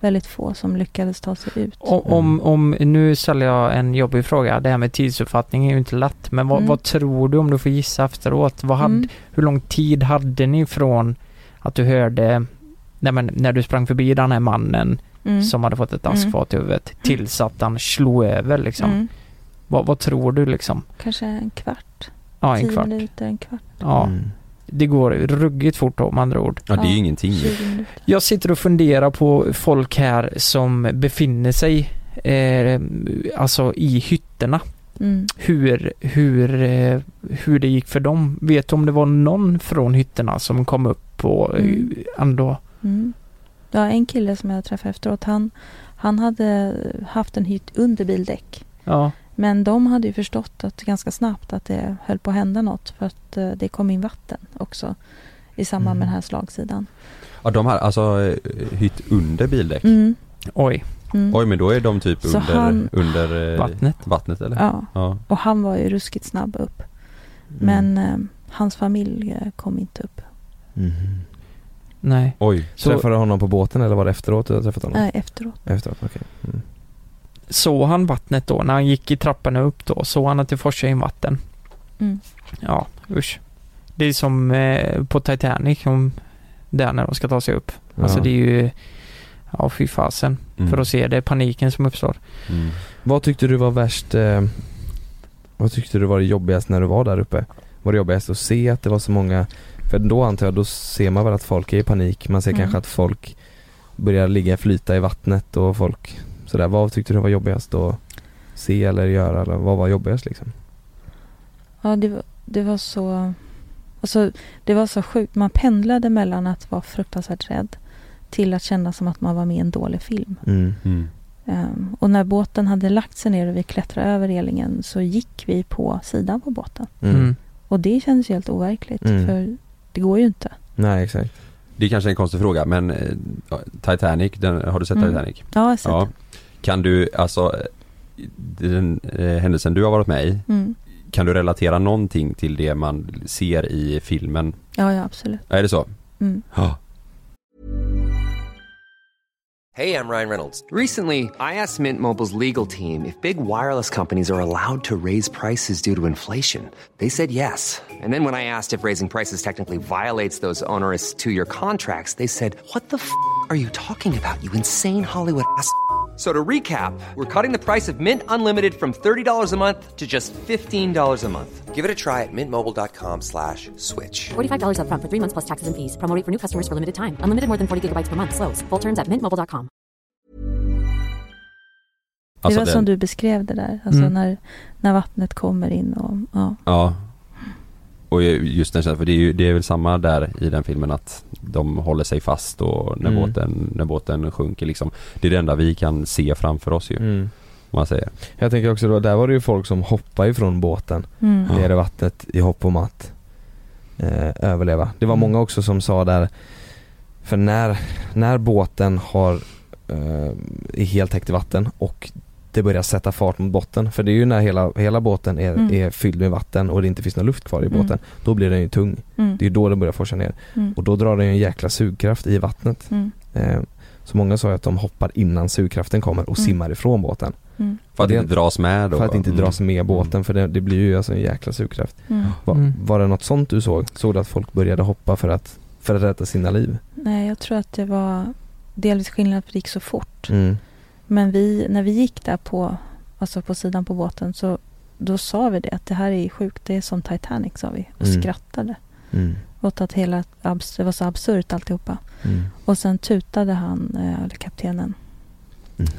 väldigt få som lyckades ta sig ut.
O-
Mm.
Om, om, nu ställer jag en jobbig fråga. Det här med tidsuppfattning är ju inte lätt. Men vad,
Mm.
vad tror du om du får gissa efteråt? Vad hade,
Mm.
Hur lång tid hade ni från att du hörde Nej, men när du sprang förbi den här mannen
Mm.
som hade fått ett askfat i huvudet tills att han slog över liksom.
Mm.
Vad, vad tror du liksom?
Kanske en kvart,
Ja, en
tio
kvart.
minuter, en kvart,
Ja,
Mm.
det går ruggigt fort då, med andra ord.
Ja det är ju
Ja.
ingenting ju.
20 minuter.
Jag sitter och funderar på folk här som befinner sig eh, alltså i hytterna.
Mm.
Hur, hur, eh, hur det gick för dem. Vet du om det var någon från hytterna som kom upp och eh,
Mm.
ändå?
Mm. Ja, en kille som jag träffade efteråt, han, han hade haft en hytt under bildäck.
Ja,
Men de hade ju förstått att ganska snabbt att det höll på att hända något för att eh, det kom in vatten också i samband med
Mm.
den här slagsidan.
Ja de här, alltså eh, hytt under bildäck?
Mm.
oj,
Mm.
Oj men då är de typ
Så
under,
han-
under eh,
vattnet.
vattnet eller?
Ja,
Ja.
och han var ju ruskigt snabb upp. Men eh, hans familj eh, kom inte upp.
Mm.
Nej.
Oj.
Så,
Träffade du honom på båten eller var det efteråt du hade träffat honom?
Nej, eh, efteråt.
Efteråt, okej. Mm.
såg han vattnet då? När han gick i trapporna upp då? Såg han att det forsade in vatten?
Mm.
Ja, usch. Det är som eh, på Titanic, om, där när de ska ta sig upp. Alltså
Ja.
det är ju, ja fy fasen.
Mm.
För att se, det är paniken som uppstår.
Mm.
Vad tyckte du var värst eh, Vad tyckte du var det jobbigast när du var där uppe? Var det jobbigast att se att det var så många? För då antar jag, då ser man väl att folk är i panik. Man ser
Mm.
kanske att folk börjar ligga flyta i vattnet och folk sådär. Vad tyckte du var jobbigast att se eller göra? Eller vad var jobbigast liksom?
Ja, det, var- det var så... Alltså, det var så sjukt. Man pendlade mellan att vara fruktansvärt rädd till att känna som att man var med i en dålig film.
Mm.
Mm.
Ehm, och när båten hade lagt sig ner och vi klättrade över relingen så gick vi på sidan på båten.
Mm.
Mm.
Och det kändes ju helt overkligt
Mm.
för det går ju inte.
Nej exakt.
Det är kanske är en konstig fråga men eh, Titanic, den, har du sett
Mm.
Titanic?
Ja, jag har sett
Ja. Kan du, alltså eh, den eh, händelsen du har varit med i,
det. Mm.
kan du relatera någonting till det man ser i filmen?
Ja, ja, absolut.
Är det så?
Mm.
Ja.
Hey, I'm Ryan Reynolds. Recently, I asked Mint Mobile's legal team if big wireless companies are allowed to raise prices due to inflation. They said yes. And then when I asked if raising prices technically violates those onerous two year contracts, they said, What the f are you talking about, you insane Hollywood ass? f- So to recap, we're cutting the price of Mint Unlimited from $30 a month to just $15 a month. Give it a try at mintmobile.com slash switch.
$45 up front for three months plus taxes and fees. Promo rate for new customers for limited time. Unlimited more than 40 gigabytes per month. Slows. Full terms at
Det
mintmobile.com.
Alltså,
var
den-
som du beskrev det där. Alltså
Mm.
när, när vattnet kommer in och... Ja.
Ja. Och ju- just den känslan, för det är, ju, det är väl samma där i den filmen att de håller sig fast och när,
Mm.
båten, när båten sjunker liksom. Det är det enda vi kan se framför oss ju, om
Mm.
man säger.
Jag tänker också då, där var det ju folk som hoppade ifrån båten
Mm.
Ja.
ner i vattnet i hopp om att eh, överleva. Det var
Mm.
många också som sa där, för när, när båten har, eh, är helt täckt i vatten och det börjar sätta fart mot botten, för det är ju när hela, hela båten är,
Mm.
är fylld med vatten och det inte finns någon luft kvar i
Mm.
båten, då blir den ju tung.
Mm.
Det är ju då den börjar forsa ner
Mm.
och då drar den ju en jäkla sugkraft i vattnet.
Mm.
Eh, så många sa ju att de hoppar innan sugkraften kommer och
Mm.
simmar ifrån båten.
Mm.
För att
Det-
inte dras med då.
För att inte
Mm.
dras med båten för det, det blir ju alltså en jäkla sugkraft.
Mm.
Va,
Mm.
Var det något sånt du såg? Såg du att folk började hoppa för att, för att rädda sina liv?
Nej, jag tror att det var delvis skillnad för det gick så fort.
Mm.
Men vi, när vi gick där på, alltså på sidan på båten så då sa vi det att det här är sjukt, det är som Titanic sa vi och
Mm.
skrattade
Mm.
åt att hela, abs- det var så absurt alltihopa.
Mm.
Och sen tutade han, eh, eller kaptenen,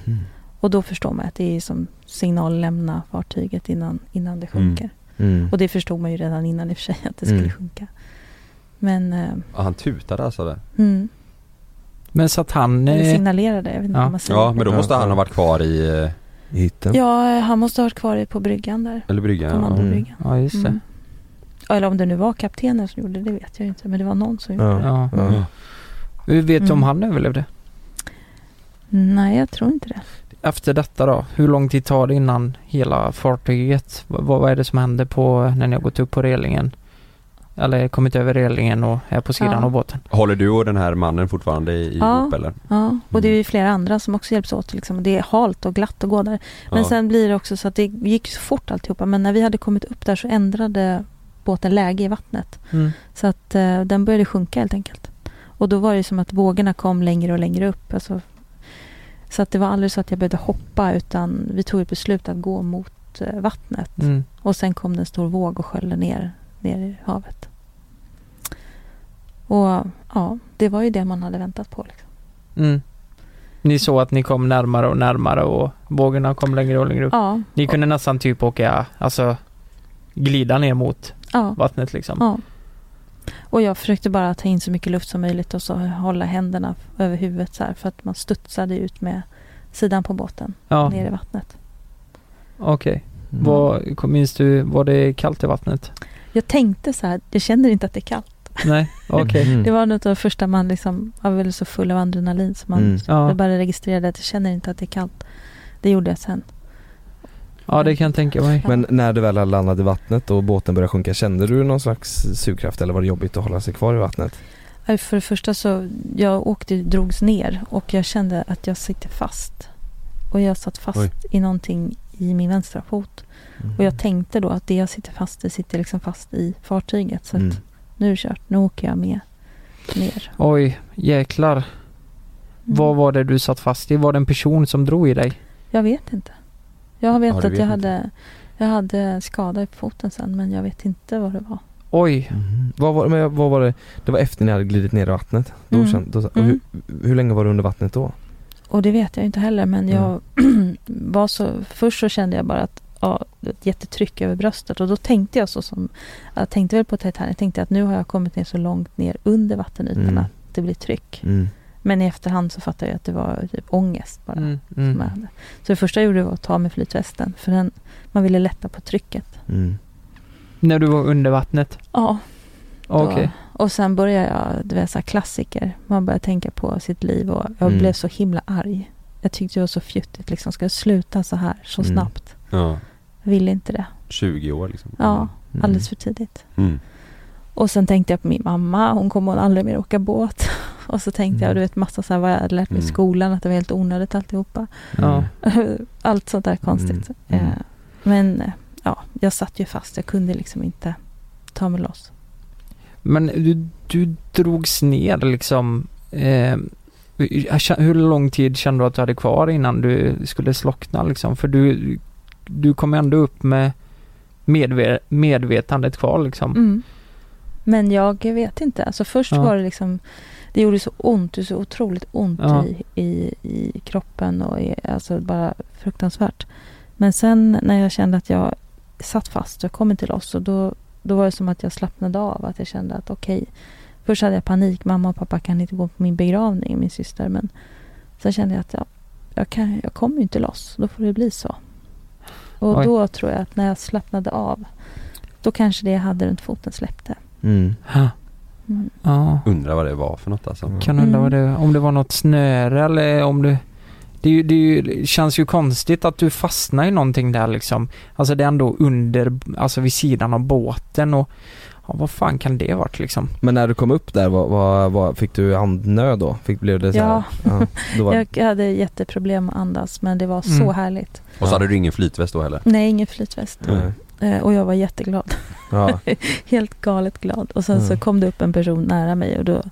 Mm.
och då förstår man att det är som signal lämna fartyget innan, innan det sjunker.
Mm.
Och det förstod man ju redan innan i och för sig att det skulle
Mm.
sjunka. Men eh,
Ja, han tutade alltså där.
mm,
Men så att han...
eller
Eh,
signalerade, jag vet inte
Ja.
vad man säger.
Ja, men då måste han ha varit kvar i, eh,
I hytten?
Ja, eh, han måste ha varit kvar i- på bryggan där.
eller
På
bryggan.
Mm.
Mandobryggan.
ja, just det.
Mm. Eller om det nu var kaptenen som gjorde det, det vet jag ju inte. Men det var någon som gjorde det.
Ja.
Ja.
Ja.
Hur vet du om
Mm.
han överlevde?
Nej, jag tror inte det.
Efter detta då? Hur lång tid tar det innan hela fartyget? Vad, vad är det som händer på när ni har gått upp på relingen? Eller kommit över relingen och är på sidan
Ja.
av båten?
Håller du och den här mannen fortfarande i-
Ja.
ihop eller?
Ja, och det är ju flera andra som också hjälps åt. Liksom. Det är halt och glatt att gå där. Men
Ja.
sen blir det också så att det gick så fort alltihopa. Men när vi hade kommit upp där så ändrade båten läge i vattnet. Så att eh, den började sjunka helt enkelt. Och då var det som att vågorna kom längre och längre upp. Alltså, så att det var aldrig så att jag behövde hoppa utan vi tog ett beslut att gå mot eh, vattnet.
Mm.
Och sen kom det en stor våg och sköljde ner, ner i havet. Och ja, det var ju det man hade väntat på. Liksom.
Mm. Ni såg att ni kom närmare och närmare och vågorna kom längre och längre upp.
Ja,
Ni kunde nästan typ åka, alltså glida ner mot
ja,
vattnet liksom.
ja. Och jag försökte bara ta in så mycket luft som möjligt och så hålla händerna över huvudet så här för att man studsade ut med sidan på båten
Ja,
ner i vattnet.
okej.
Mm.
Vad, kom- minns du, var det kallt i vattnet?
Jag tänkte så här, jag känner inte att det är kallt. [laughs]
Nej, okej.
Mm.
Det var något av det första man liksom, jag var väl så full av adrenalin så man
Mm.
jag
Ja.
bara registrerade att jag känner inte att det är kallt. Det gjorde jag sen.
ja, det kan jag tänka mig.
Men när du väl hade landat i vattnet och båten började sjunka, kände du någon slags sugkraft eller var det jobbigt att hålla sig kvar i vattnet?
Nej, Äh, För det första så, jag åkte, drogs ner och jag kände att jag sitter fast. Och jag satt fast
Oj.
i någonting i min vänstra fot. Och jag tänkte då att det jag sitter fast i sitter liksom fast i fartyget. Så
Mm.
att nu är det kört, nu åker jag med Mm. ner.
Oj, jäklar.
Mm.
Vad var det du satt fast i? Var det en person som drog i dig?
Jag vet inte. Jag har vetat
du
att
vet
jag
inte.
hade, Jag hade en skada i foten sen men jag vet inte vad det var.
Oj.
Mhm. Vad, var, men vad var det? Det var efter ni hade glidit ner i vattnet? Då
Mm.
kände, då, och
Mm.
hur, hur länge var du under vattnet då?
Och det vet jag inte heller men jag [clears throat] var så... Först så kände jag bara att ja, det var ett jättetryck över bröstet och då tänkte jag så som... Jag tänkte väl på Titanic, jag tänkte att nu har jag kommit ner så långt ner under vattenytan
Mm.
att det blir tryck.
Mm.
Men i efterhand så fattade jag att det var typ ångest bara.
Mm.
som jag
Mm.
hade. Så det första jag gjorde var att ta med flytvästen för den, man ville lätta på trycket.
Mm.
När du var under vattnet?
Ja, då-
Okej.
Och sen började jag, det var så här klassiker. Man började tänka på sitt liv och jag
Mm.
blev så himla arg. Jag tyckte det var så fjuttigt liksom. Ska jag sluta så här så
Mm.
snabbt?
Ja.
Jag ville inte det.
20 år liksom.
Ja,
Mm.
alldeles för tidigt.
Mm.
Och sen tänkte jag på min mamma. Hon kommer aldrig mer åka båt. [laughs] Och så tänkte jag,
Mm.
du vet massa så här vad jag hade lärt mig i
Mm.
skolan. Att det var helt onödigt alltihopa. [laughs]
Ja.
Allt sånt där konstigt.
Mm. Mm.
Eh, Men eh, ja, jag satt ju fast. Jag kunde liksom inte ta mig loss.
Men du, du drogs ner liksom. Eh, hur- hur lång tid kände du att du hade kvar innan du skulle slockna liksom? För du, du kom ändå upp med medve- medvetandet kvar liksom.
Mm. Men jag vet inte. Alltså först
Ja.
var det liksom... Det gjorde så ont. Det gjorde så otroligt ont
Ja.
i, i, i kroppen och i, alltså bara fruktansvärt. Men sen när jag kände att jag satt fast och jag kom inte loss och då, då var det som att jag slappnade av. Att jag kände att okej. först hade jag panik. Mamma och pappa kan inte gå på min begravning, min syster. Men sen kände jag att ja, jag, kan, jag kommer ju inte loss. Då får det bli så. Och
Oj.
då tror jag att när jag slappnade av då kanske det jag hade runt foten släppte.
Mm.
Ha.
Mm.
Ja.
Undrar vad det var för något alltså.
Mm.
Kan undra
Mm.
vad det, om det var något snöre eller om du... Det, är ju- det, är ju- det känns ju konstigt att du fastnar i någonting där liksom. Alltså det är ändå under, alltså vid sidan av båten och... Ja, vad fan kan det varit liksom?
Men när du kom upp där, vad, vad, vad, fick du andnöd då? Fick, blev det så här,
Ja.
ja, då var,
[laughs] Jag hade jätteproblem att andas men det var så
Mm.
härligt.
Och så hade du ingen flytväst då heller?
Nej, ingen flytväst.
Nej.
Eh, Och jag var jätteglad. [laughs]
Ja.
Helt galet glad. Och sen så
Mm.
kom det upp en person nära mig och då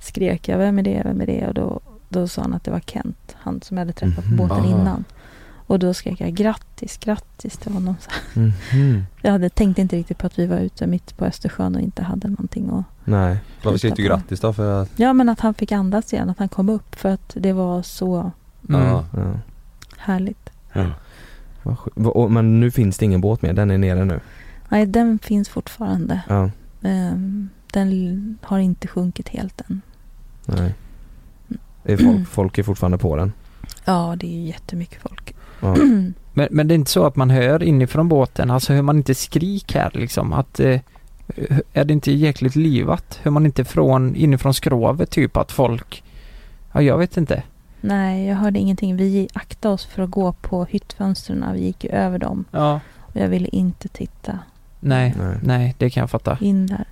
skrek jag vem är det, vem är det? Och då, då sa han att det var Kent, han som jag hade träffat på
Mhm.
båten
Aha.
innan. Och då skrek jag grattis, grattis till honom. Så
Mhm.
Jag hade tänkt inte riktigt på att vi var ute mitt på Östersjön och inte hade någonting att
Nej.
Varför skrek
flyta
du
på.
grattis då för att...
Ja, men att han fick andas igen, att han kom upp för att det var så
Mm.
Ja.
Ja.
härligt.
Vad sjukt. Vad- och- Men nu finns det ingen båt mer, den är nere nu.
Nej, den finns fortfarande.
Ja.
Ehm, Den l- har inte sjunkit helt än.
Nej. Är folk, folk är fortfarande på den.
Ja, det är ju jättemycket folk.
Ja.
Mm.
Men, men det är inte så att man hör inifrån båten, alltså hör man inte skrik här liksom? Att... Eh, är det inte jäkligt livat? Hör man inte från, inifrån skrovet typ att folk... Ja, jag vet inte.
Nej, jag hörde ingenting. Vi aktade oss för att gå på hyttfönstren. Vi gick ju över dem.
Ja.
Och jag ville inte titta
Nej,
Nej.
nej, det kan jag fatta.
in där.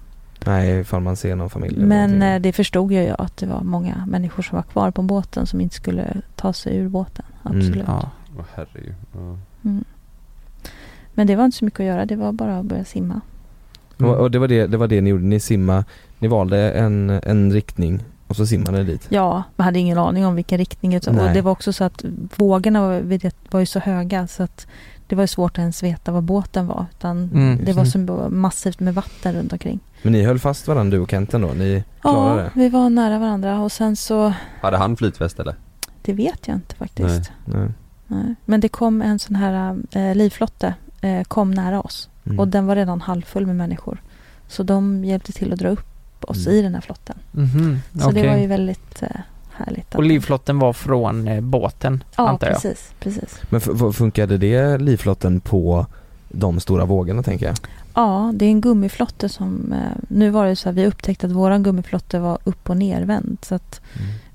Nej, ifall man ser någon familj eller
Men eh,
någonting.
det förstod jag ju att det var många människor som var kvar på båten som inte skulle ta sig ur båten.
Mm.
Absolut.
Ja.
Åh herregud. Ja.
Men det var inte så mycket att göra. Det var bara att börja simma. eh,
Och, och det, var det, det var det ni gjorde, ni simma ni valde en, en riktning och så simmade ni dit.
Ja, man hade ingen aning om vilken riktning. utan- Och
Nej.
det var också så att vågorna var, vid det- var ju så höga så att det var ju svårt att ens veta var båten var. Utan
Mm.
Det var så massivt med vatten runt omkring.
Men ni höll fast varandra du och Kenten då? Ni klarade
ja,
det?
vi var nära varandra och sen så,
Hade han flytväst eller?
det vet jag inte faktiskt.
Nej.
Nej. Men det kom en sån här eh, livflotte, eh, kom nära oss.
Mm.
Och den var redan halvfull med människor. Så de hjälpte till att dra upp oss
Mm.
i den här flotten.
Mhm,
Så det
okej.
var ju väldigt eh, härligt. att-
Och livflotten var från eh, båten,
Ja,
antar jag?
precis, precis.
Men f- f- funkade det livflotten på de stora vågorna tänker jag?
Ja, det är en gummiflotte som... eh, Nu var det så här, vi upptäckte att våran gummiflotte var upp och nervänd. Så att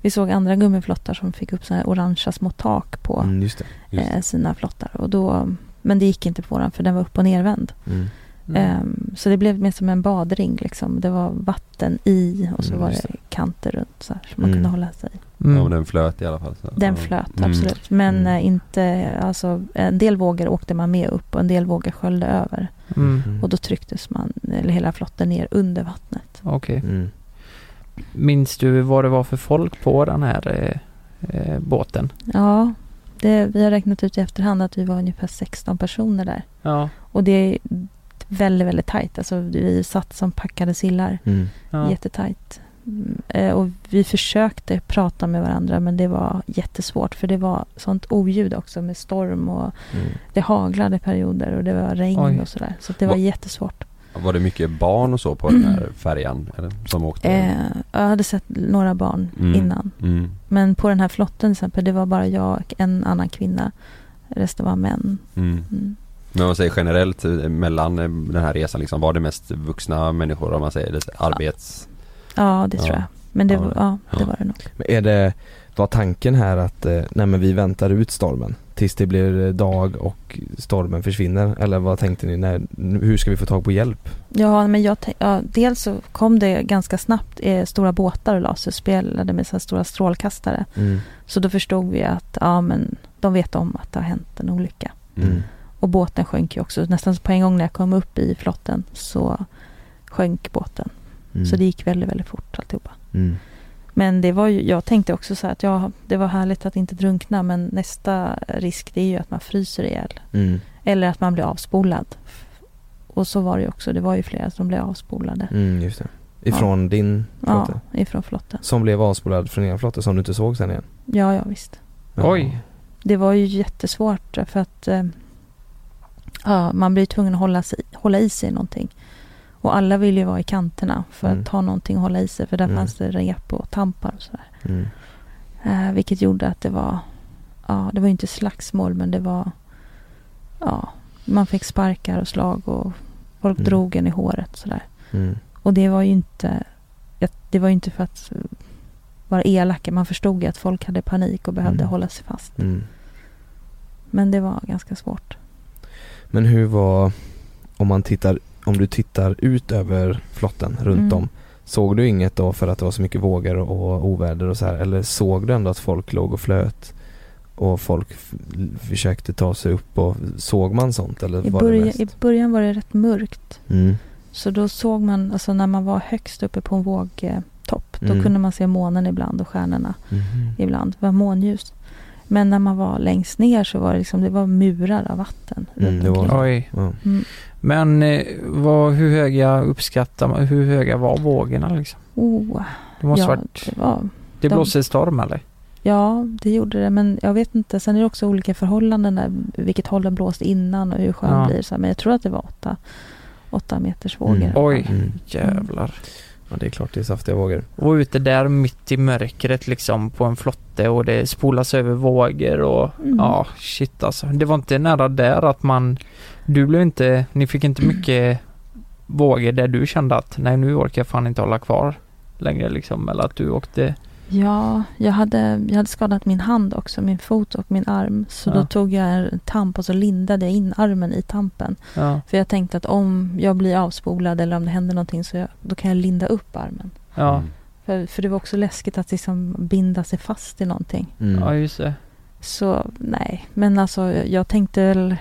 vi såg andra gummiflottar som fick upp så här orangea små tak på
Mm, just det.
Just det.
eh, sina flottar. Och då, men det gick inte på våran för den var upp och nervänd.
Mm.
Mm.
Ehm, så det blev mer som en badring liksom. Det var vatten i och så
Mm,
var
just
det kanter runt så här som man
Mm.
kunde hålla sig. i.
Ja, men
Mm.
den flöt i alla fall. Så.
Den
Ja.
flöt
Mm.
absolut. Men
Mm.
eh, inte, alltså en del vågor åkte man med upp och en del vågor sköljde över.
Mm.
Mm.
Och då trycktes man, eller hela flotten ner under vattnet.
Okej.
Mm.
Minns du vad det var för folk på den här eh, eh, båten?
Ja, det, vi har räknat ut i efterhand att vi var ungefär 16 personer där.
Ja.
Och det är väldigt, väldigt tajt. Alltså vi satt som packade sillar.
Mm.
Ja.
Jättetajt. Mm, eh, Och vi försökte prata med varandra men det var jättesvårt för det var sånt oljud också med storm och
Mm.
det haglade perioder och det var regn
Oj.
och sådär. Så att det var
Va-
jättesvårt.
Var det mycket barn och så på den
[clears throat]
här färjan? Eller, som åkte?
Eh, Jag hade sett några barn
Mm.
innan.
Mm.
Men på den här flotten till exempel, det var bara jag och en annan kvinna. Resten var män.
Mm.
Mm.
Men om man säger generellt eh, mellan eh, den här resan liksom, var det mest vuxna människor om man säger det, arbets...
Ja, det tror
Ja.
jag. Men det,
Ja,
var-
det-
ja,
ja.
det var det nog.
Men är det, var tanken här att, eh, nej men vi väntar ut stormen tills det blir eh, dag och stormen försvinner? Eller vad tänkte ni, när, hur ska vi få tag på hjälp?
Ja, men jag tänk, ja, dels så kom det ganska snabbt eh, stora båtar och laserspelade med så här stora strålkastare.
Mm.
Så då förstod vi att ja, men de vet om att det har hänt en olycka.
Mm.
Och båten sjönk ju också. Nästan på en gång när jag kom upp i flotten så sjönk båten.
Mm.
Så det gick väldigt, väldigt fort alltihopa.
Mm.
Men det var ju, jag tänkte också så här att ja, det var härligt att inte drunkna men nästa risk det är ju att man fryser ihjäl.
Mm.
Eller att man blir avspolad. Och så var det ju också. Det var ju flera som blev avspolade.
Mm, just det. Ifrån din flotte?
Ja, ifrån flotten.
Som blev avspolad från er flotte som du inte såg sen igen?
Ja, ja visst.
Oj.
Det var ju jättesvårt för att eh, ja, man blir tvungen att hålla, sig, hålla i sig någonting. Och alla vill ju vara i kanterna för
Mm.
att ha någonting att hålla i sig. För där
Mm.
fanns det rep och tampar och sådär.
Mm.
Eh, vilket gjorde att det var, ja det var ju inte slagsmål men det var, ja man fick sparkar och slag och folk
Mm.
drog en i håret sådär.
Mm.
Och det var ju inte, jag- det var ju inte för att vara elaka. Man förstod ju att folk hade panik och behövde
Mm.
hålla sig fast.
Mm.
Men det var ganska svårt.
Men hur var, om man tittar, om du tittar ut över flotten runt
Mm.
om Såg du inget då för att det var så mycket vågor och oväder och så här eller såg du ändå att folk låg och flöt? Och folk f- försökte ta sig upp och såg man sånt eller
I
var det
början,
mest?
I början var det rätt mörkt.
Mm.
Så då såg man, alltså när man var högst uppe på en vågtopp, då
Mm.
kunde man se månen ibland och stjärnorna
Mhm.
ibland. Det var månljus. Men när man var längst ner så var det liksom, det var murar av vatten. runt
Mm, det var-
omkring.
Oj.
Ja.
Mm.
Men eh, vad, hur höga uppskattar man, hur höga var vågorna liksom?
Oh,
Det måste
ja,
varit,
det var
det
de-
blåste storm eller?
Ja, det gjorde det. Men jag vet inte. Sen är det också olika förhållanden där. Vilket håll den blåste innan och hur sjön
Ja.
blir. Så här, men jag tror att det var åtta, åtta meters vågor.
Mm.
Oj,
Mm.
jävlar.
ja det är klart det är saftiga vågor.
Mm.
Och ute där mitt i mörkret liksom på en flotte och det spolas över vågor och
Mm.
ja, shit alltså. Det var inte nära där att man, du blev inte, ni fick inte
Mm.
mycket vågor där du kände att nej nu orkar jag fan inte hålla kvar längre liksom eller att du åkte,
Ja, jag hade, jag hade skadat min hand också. Min fot och min arm. Så
Ja.
då tog jag en tamp och så lindade jag in armen i tampen.
ja,
För jag tänkte att om jag blir avspolad eller om det händer någonting så jag, då kan jag linda upp armen.
ja,
Mm.
För, för det var också läskigt att liksom binda sig fast i någonting.
Mm.
ja just det.
Så nej, men alltså jag tänkte väl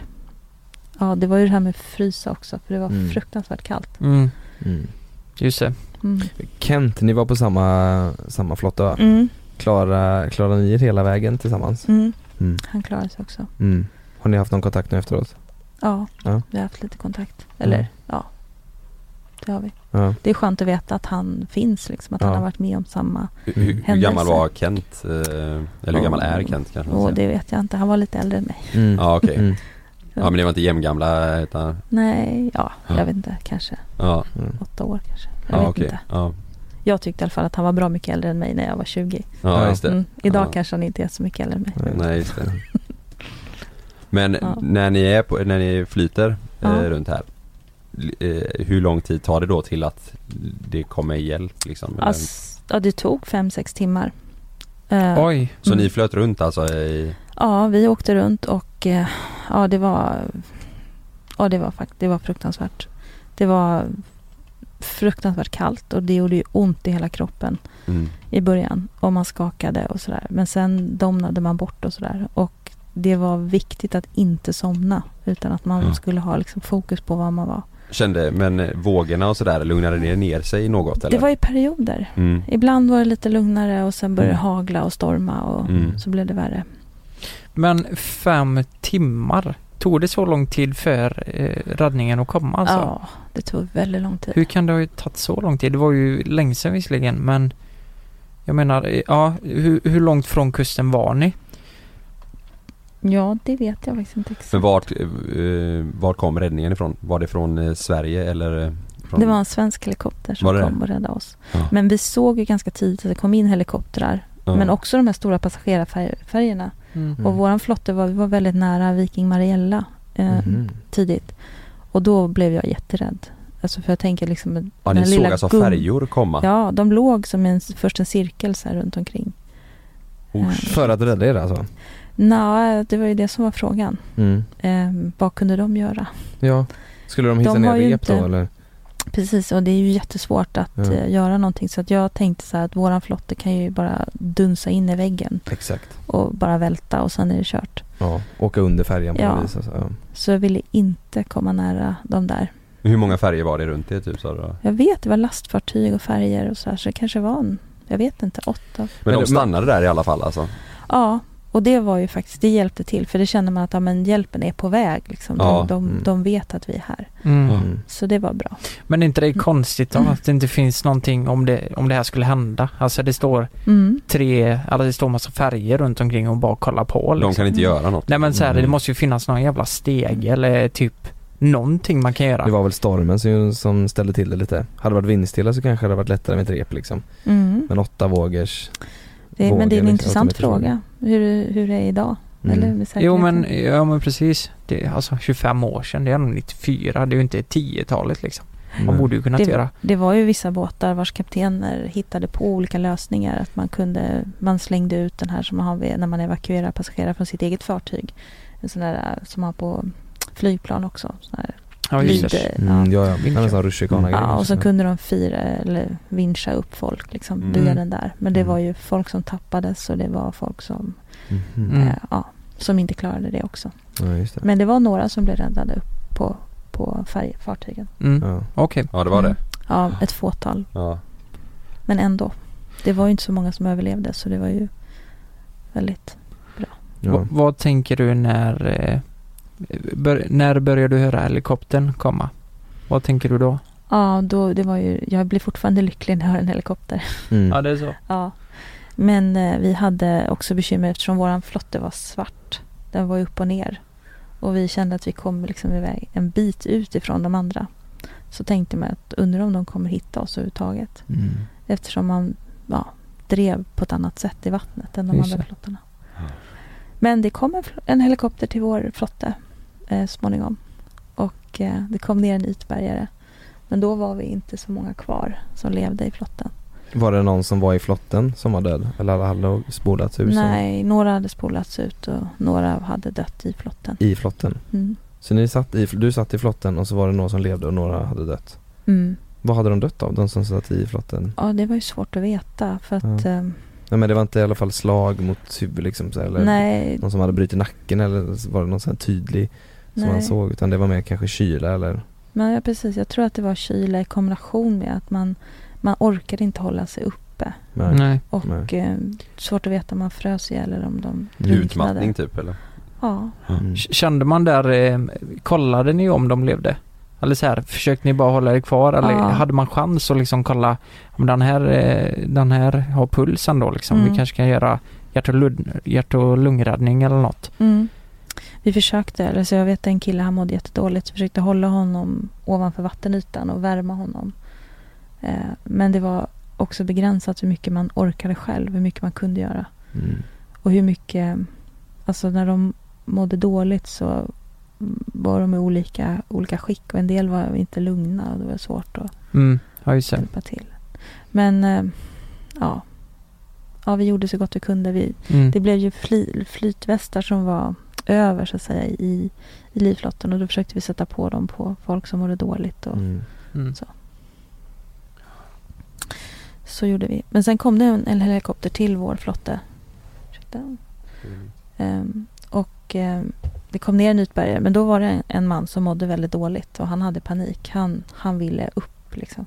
Ja, det var ju det här med frysa också för det var
Mm.
fruktansvärt kallt.
Mm,
Mm.
just det.
Mm.
Kent, ni var på samma, samma flotte va?
Mm.
Klara, klarade ni er hela vägen tillsammans? Mm.
Han klarade sig också.
Mm. Har ni haft någon kontakt nu efteråt?
Ja,
Ja.
vi har haft lite kontakt. Eller
Mm.
ja, det har vi.
Ja.
Det är skönt att veta att han finns liksom, att
Ja.
han har varit med om samma.
Hur, hur, hur
Händelse.
gammal var Kent? eh, Eller hur gammal är Kent kanske man
Och
säger?
det vet jag inte, han var lite äldre än mig.
Mm.
Ja okej.
Mm.
Ja men det var inte jämngamla utan,
Nej, ja,
Ja.
jag vet inte, kanske
ja,
Mm.
åtta år kanske. Jag
ja
vet
okej.
inte.
Ja.
Jag tyckte i alla fall att han var bra mycket äldre än mig när jag var 20.
ja, just det.
Mm. Idag
Ja.
kanske han inte är så mycket äldre än mig.
Nej just det.
[laughs]
Men
Mm. Ja.
när ni är på, när ni flyter eh,
Ja.
runt här l- eh, Hur lång tid tar det då till att det kommer hjälp liksom? Eller-
Ass, ja, det tog fem, sex timmar. Eh,
Oj,
så
mm.
ni flöt runt alltså i,
ja, vi åkte runt och eh, ja, det var, ja, det var, fakt- det var fruktansvärt. Det var fruktansvärt kallt och det gjorde ju ont i hela kroppen
mm,
i början. Och man skakade och sådär. Men sen domnade man bort och sådär. Och det var viktigt att inte somna utan att man
Ja.
skulle ha liksom fokus på var man var.
Kände, men eh, vågorna och sådär lugnade ner, ner sig något eller?
Det var i perioder.
mm.
Ibland var det lite lugnare och sen började det
Mm.
hagla och storma och
Mm.
så blev det värre.
men fem timmar. Tog det så lång tid för eh, räddningen att komma alltså?
Ja, det tog väldigt lång tid.
Hur kan det ha tagit så lång tid? Det var ju länge sedan visserligen men Jag menar, eh, ja, hur, hur långt från kusten var ni?
Ja, det vet jag faktiskt inte exakt.
Men vart, eh, vart kom räddningen ifrån? Var det från eh, Sverige eller? eh, Från...
Det var en svensk helikopter som
Var det
kom och räddade oss.
Ja.
Men vi såg ju ganska tidigt att det kom in helikoptrar.
Ja. Mm.
Men också de här stora passagerarfärgerna. Och våran flotte var, vi var väldigt nära Viking Mariella eh,
Mhm.
tidigt. Och då blev jag jätterädd. Alltså för jag tänker liksom den
Ja
här
ni såg
lilla
alltså
gum-
färjor komma?
Ja, de låg som en, först en cirkel så här runt omkring.
Usch.
För att rädda er alltså?
Nej, det var ju det som var frågan.
Mm.
Eh, vad kunde de göra?
Ja. Skulle de hitta
De
ner
har ju
rep då
inte-
eller?
Precis, och det är ju jättesvårt att
Ja.
eh, göra någonting. Så att jag tänkte så här att våran flotte kan ju bara dunsa in i väggen
Exakt.
och bara välta och sen är det kört.
Ja, åka under färjan på
Ja.
något vis alltså. ja.
Så jag ville inte komma nära de där.
Hur många färger var det runt det typ sa du? då?
Jag vet, det var lastfartyg och färger och så här, så det kanske var en, jag vet inte, åtta.
Men,
Men-
de stannade där i alla fall alltså?
Ja, och det var ju faktiskt, det hjälpte till. För det kände man att ja, men hjälpen är på väg. Liksom. De,
Ja.
de,
Mm.
de vet att vi är här.
Mm.
Mm.
Så det var bra.
Men är inte det är konstigt då, att det inte finns någonting om det, om det här skulle hända? Alltså det står
Mm.
tre, eller det står massa färger runt omkring och bara kollar på liksom.
De kan inte göra något?
Nej men så här,
Mm.
det måste ju finnas någon jävla steg eller typ någonting man kan göra.
Det var väl stormen som, som ställde till det lite. Hade det varit vindstilla så kanske det hade varit lättare med ett rep liksom.
Mm.
Men åtta vågers
Det, men det är
vågen,
en
liksom,
intressant
automatiskt.
fråga. Hur, hur det är idag.
Mm.
Eller med
Jo
säkerheten.
men, ja men precis. Det är alltså 25 år sedan, det är ändå 94, det är ju inte 10-talet liksom. Man
Mm.
borde ju kunnat
Det-
göra.
Det var ju vissa båtar vars kaptener hittade på olika lösningar. Att man kunde, man slängde ut den här som man har vid, när man evakuerar passagerare från sitt eget fartyg. En sån där eh, som man har på flygplan också. Sån här
Ja just
lyd,
det.
eh,
Mm, ja, ja. Det är liksom. en sån
Vinkel.
rutschkana
Ja, och så kunde de fira eller vincha upp folk liksom
Mm.
via den där. Men det
Mm.
var ju folk som tappades och det var folk som,
Mm.
eh, ja, som inte klarade det också.
Mhm. Ja, just det.
Men det var några som blev räddade upp på, på färg, fartygen. Mm.
Mm.
Ja.
Okej.
Ja det var
Mm.
det?
Ja, ett fåtal.
Ja.
Men ändå. Det var ju inte så många som överlevde så det var ju väldigt...
Ja.
Va- Vad tänker du när, eh, bör, när börjar du höra helikoptern komma? Vad tänker du då?
Ja, då, det var ju, jag blir fortfarande lycklig när jag hör en helikopter.
Mm.
det är så.
Ja. Men eh, vi hade också bekymmer eftersom våran flotte var svart. Den var ju upp och ner. Och vi kände att vi kom liksom iväg en bit ut ifrån de andra. Så tänkte man att undrar om de kommer hitta oss överhuvudtaget.
Mm.
Eftersom man ja, drev på ett annat sätt i vattnet än de
Just
andra
det.
flottarna. Men det kom en, fl- en helikopter till vår flotte eh, småningom. Och eh, det kom ner en ytbärgare. Men då var vi inte så många kvar som levde i flotten.
Var det någon som var i flotten som var död? Eller alla hade spolats ur som-
Nej, några hade spolats ut och några hade dött i flotten.
i flotten?
Mm.
Så ni satt i, du satt i flotten och så var det några som levde och några hade dött.
Mm.
Vad hade de dött av, de som satt i flotten?
Ja, det var ju svårt att veta för att...
Ja.
ehm,
Nej men det var inte i alla fall slag mot huvud liksom så, här, eller
nej,
någon som hade brutit nacken eller så var det någon sån här tydlig som man
nej.
såg utan det var mer kanske kyla eller
Men ja, precis, jag tror att det var kyla i kombination med att man, man orkade inte hålla sig uppe.
Nej.
Nej.
Och eh, svårt att veta om man frös ihjäl eller om de
Utmattning typ eller?
Ja,
Mm.
K- Kände man där, eh, kollade ni om de levde? Eller så här, försökte ni bara hålla er kvar eller
Ja.
hade man chans att liksom kolla om den här, eh, den här har pulsen då liksom?
Mm.
Vi kanske kan göra hjärt och, lud- hjärt och lungräddning eller något?
Mm. Vi försökte, eller så jag vet en kille han mådde jättedåligt. Så vi försökte hålla honom ovanför vattenytan och värma honom. Eh, men det var också begränsat hur mycket man orkade själv, hur mycket man kunde göra.
Mm.
Och hur mycket, alltså när de mådde dåligt så var de i olika, olika skick och en del var inte lugna och det var svårt att
Mm. Ja just det.
hjälpa till. Men eh, ja. ja, vi gjorde så gott vi kunde. Vi,
Mm.
det blev ju fly, flytvästar som var över så att säga i, i livflotten och då försökte vi sätta på dem på folk som mådde dåligt och
Mm.
Mm.
så gjorde vi. Men sen kom det en, en helikopter till vår flotte. Ursäkta. Ehm, och ehm, det kom ner en utbärgare men då var det en, en man som mådde väldigt dåligt och han hade panik. Han, han ville upp liksom.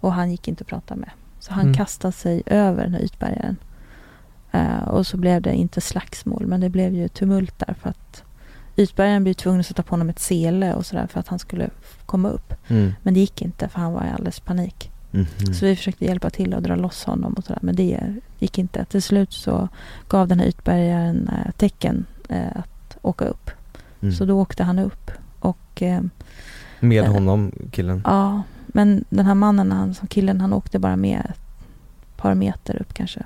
Och han gick inte att prata med. Så han
Mm.
kastade sig över den här utbärgaren. Ehm, Eh, och så blev det inte slagsmål men det blev ju tumult där för att Ytbergen blev tvungen att sätta på honom ett sele och sådär för att han skulle f- komma upp.
Mm.
Men det gick inte för han var i alldeles panik.
Mhm.
Så vi försökte hjälpa till att dra loss honom och sådär men det gick inte. Till slut så gav den här Ytbergaren eh, tecken eh, att åka upp.
Mm.
Så då åkte han upp och eh,
Med honom, killen.
Ja, men den här mannen, han, som killen, han åkte bara med ett par meter upp kanske.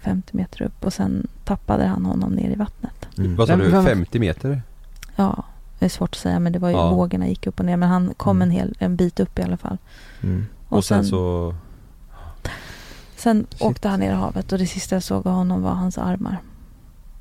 50 meter upp och sen tappade han honom ner i vattnet.
Mm.
Vad sa
Vem-
du?
vem-
50 meter?
Ja, det är svårt att säga men det var ju
Ja.
vågorna gick upp och ner men han kom
Mm.
en, hel, en bit upp i alla fall.
Mm.
Och, sen, så...
sen
Shit.
åkte han ner i havet och det sista jag såg av honom var hans armar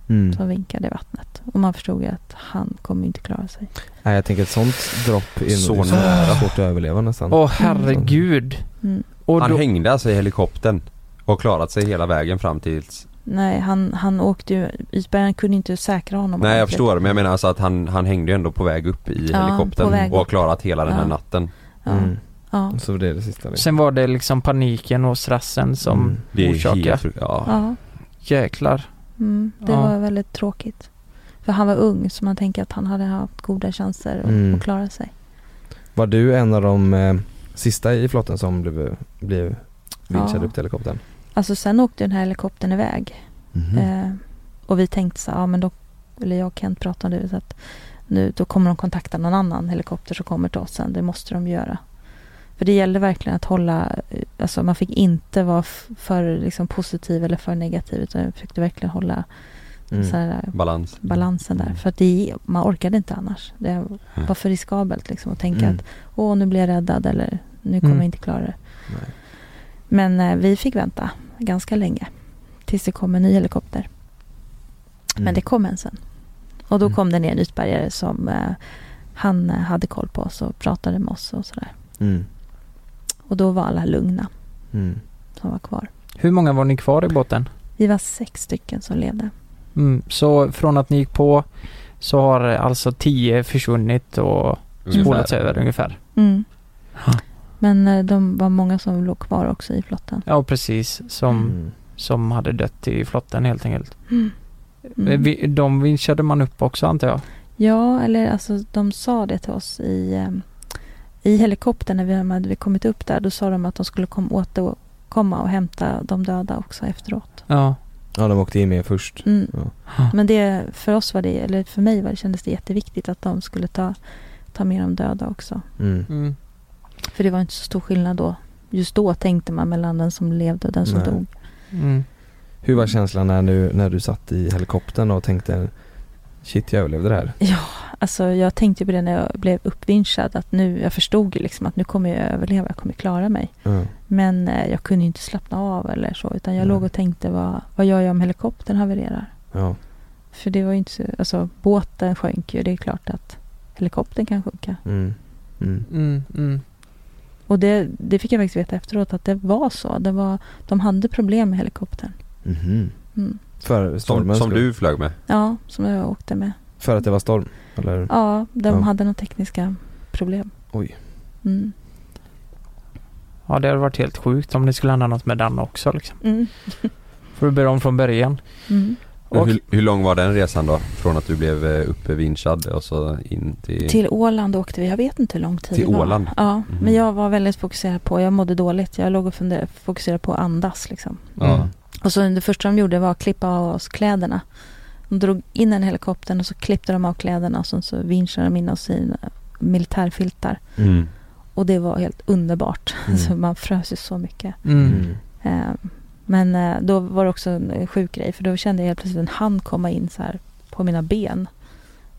Mm.
som vinkade i vattnet. Och man förstod ju att han kommer ju inte klara sig.
Nej jag tänker ett sånt dropp är
Så
nog liksom
nära.
svårt att överleva nästan.
Åh herregud.
Mm.
Och
Han
då,
hängde alltså i helikoptern och har klarat sig hela vägen fram tills...
Nej, han, han åkte ju, isbergaren kunde inte säkra honom.
Nej jag
ordentligt.
förstår men jag menar alltså att han, han hängde ju ändå på väg upp i
Ja, på
helikoptern
väg
och har
upp.
klarat hela den här
Ja.
natten.
Ja,
Mm.
ja.
Så det är det sista vi...
sen var det liksom paniken och stressen som
Mm.
Det är
orsakade.
helt... fru- Ja.
ja.
Jäklar.
Mm, det
Ja.
var väldigt tråkigt. För han var ung så man tänker att han hade haft goda chanser att,
Mm.
att klara sig.
Var du en av de eh, sista i flotten som blev, blev vinschad
Ja.
upp till helikoptern?
Alltså sen åkte den här helikoptern iväg.
Mm.
Eh, och vi tänkte så här, ja men då, eller jag och Kent pratade om det, så att nu då kommer de kontakta någon annan helikopter som kommer till oss sen. Det måste de göra. För det gällde verkligen att hålla, eh, alltså man fick inte vara f- för liksom positiv eller för negativ utan jag försökte verkligen hålla
Mm.
så här, eh,
Balans.
balansen där.
Mm.
För att det, man orkade inte annars. Det var för riskabelt liksom att tänka
Mm.
att åh nu blir jag räddad eller nu kommer
Mm.
jag inte klara det.
Nej.
Men eh, vi fick vänta ganska länge tills det kom en ny helikopter. Men det kom en sen. Och då
Mm.
kom det ner en utbärgare som eh, han eh, hade koll på oss och pratade med oss och sådär.
Mm.
Och då var alla lugna
Mm.
som var kvar.
Hur många var ni kvar i båten?
Vi var sex stycken som levde.
Mm, så från att ni gick på så har alltså 10 försvunnit och spolats
Ungefär.
över ungefär.
Mm.
Ja.
Men eh, de var många som låg kvar också i flotten.
Ja precis, som,
Mm.
som hade dött i flotten helt enkelt.
Mm. Mm.
Vi, de vinschade man upp också antar jag?
Ja, eller alltså de sa det till oss i, eh, i helikoptern när vi hade kommit upp där. Då sa de att de skulle kom, återkomma och hämta de döda också efteråt.
Ja.
Ja de åkte in med först.
Mm.
Ja.
Men det, för oss var det, eller för mig var det, kändes det jätteviktigt att de skulle ta, ta med de döda också.
Mm.
Mm.
För det var inte så stor skillnad då. Just då tänkte man mellan den som levde och den som
Nej.
dog.
Mm.
Hur var känslan när du, när du satt i helikoptern och tänkte Shit jag överlevde det här.
Alltså jag tänkte ju på det när jag blev uppvinschad att nu, jag förstod ju liksom att nu kommer jag överleva, jag kommer klara mig.
Ja.
Men eh, jag kunde ju inte slappna av eller så utan jag
Nej.
låg och tänkte vad, vad gör jag om helikoptern havererar?
Ja.
För det var ju inte så, alltså båten sjönk ju, det är klart att helikoptern kan sjunka.
Mm. Mm.
Mm. Mm.
Och det, det fick jag faktiskt veta efteråt att det var så. Det var, de hade problem med helikoptern.
Mhm.
Mm.
För stormen
Som, som
skulle-
du flög med?
Ja, som jag åkte med.
För att det var storm? Eller?
Ja, de
Ja.
hade några tekniska problem.
Oj.
Mm.
Ja det hade varit helt sjukt om det skulle hända något med den också liksom.
Mm.
Får du börja om från början.
Mm.
Men
Och-
Hur, hur lång var den resan då? Från att du blev eh, uppevinschad och så in till...
Till Åland åkte vi, jag vet inte hur lång tid
Till
det var.
Åland?
Ja,
Mhm.
men jag var väldigt fokuserad på, jag mådde dåligt. Jag låg och funderade, fokuserade på att andas liksom.
Ja.
Och så det första de gjorde var att klippa av oss kläderna. De drog in en helikopter och så klippte de av kläderna och sen så vinschade de in oss i militärfiltar.
Mm.
Och det var helt underbart. [laughs]
Mm.
Så man frös ju så mycket.
Mm.
[laughs] Mm.
Eh, Men eh, då var det också en eh, sjuk grej för då kände jag helt plötsligt en hand komma in så här på mina ben.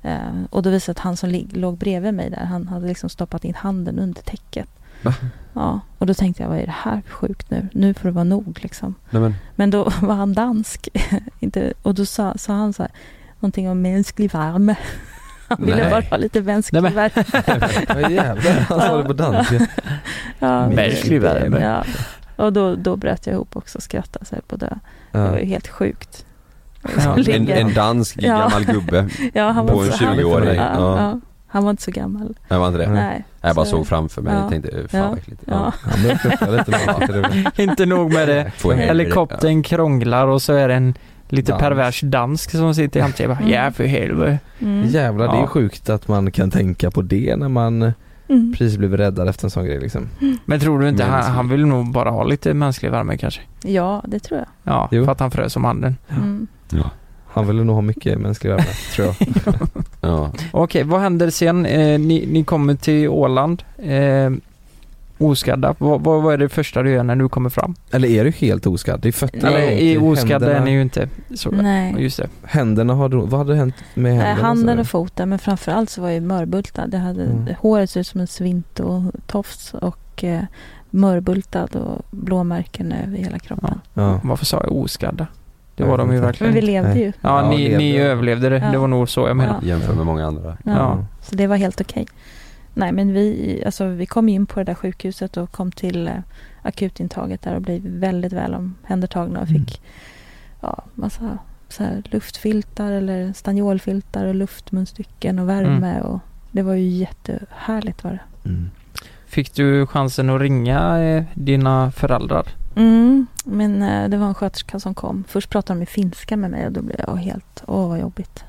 Eh, Och då visade det att han som lig- låg bredvid mig där, han hade liksom stoppat in handen under täcket.
Va?
Ja, och då tänkte jag vad är det här för sjukt nu? Nu får det vara nog liksom.
Nej, men,
Men då [laughs] var han dansk. [laughs] Inte, och då sa, sa han så här, någonting om mänsklig värme. [laughs] Han ville
Nej.
bara ha lite mänsklig
Nej,
värme.
Vad jävlar, han sa det på danska.
Ja,
Mänsklig värme.
Ja. Och då, då bröt jag ihop också och skrattade så här på dö. Det var
Ja.
ju helt sjukt. [laughs]
Ja.
en, en dansk
Ja.
gammal gubbe,
Ja, han
på
var
en
inte så- han-
20-åring.
Ja,
Ja.
ja. Han var inte så gammal.
Nej var inte det?
Nej.
Nej.
Jag bara
Så-
såg framför mig
Ja.
och tänkte, eh, fan
Ja.
vad äckligt.
Ja.
Han
[laughs]
började flirta lite med honom.
[laughs] Inte nog med det.
Få i helvete.
Helikoptern krånglar och så är det en lite
Dansk.
pervers dansk som sitter jämte och bara
Mm.
ja för helvete.
[laughs] Mm.
Jävlar det är
Ja.
sjukt att man kan tänka på det när man eh,
Mm.
precis blivit räddad efter en sån grej liksom.
Men tror du inte,
Men-
han, han vill nog bara ha lite mänsklig värme kanske?
Ja, det tror jag.
Ja,
Jo.
för att han frös om handen.
Mm.
Han ville nog ha mycket mänsklig värme
[laughs]
tror jag.
Ja.
Okej, vad händer sen? Eh, ni, ni kommer till Åland eh, oskadda. Vad, vad, vad är det första du gör när du kommer fram?
Eller är du helt oskadd? Det är fötterna
Eller
långt
i oskadda är
händerna,
ni ju inte. Så,
Nej.
Just det.
händerna har, vad hade hänt med
Nej,
händerna?
Eh, handen
sa
och foten, men framförallt så var jag ju mörbultad. Jag hade,
Mm.
Håret såg ut som en svint och tofs och eh, mörbultad och blåmärken över hela kroppen.
du? Ja.
Varför sa jag oskadda? Det
Jag
var
vet
de ju
inte.
Men
verkligen.
vi levde
Nej.
ju.
Ja,
Ja,
ni,
levde.
ni överlevde det.
Ja.
Det var nog så jag menade.
Ja.
Jämför med många andra.
Ja. Så det var helt okej. Nej, men vi, alltså, vi kom in på det där sjukhuset och kom till eh, akutintaget där och blev väldigt väl omhändertagna och
Mm.
fick ja, massa så här, luftfiltar eller stanniolfiltar och luftmunstycken och värme. Och, det var ju jättehärligt var det.
Mm.
Fick du chansen att ringa eh, dina föräldrar?
Mm, men eh, det var en sköterska som kom. Först pratade de i finska med mig och då blev jag helt, åh vad jobbigt,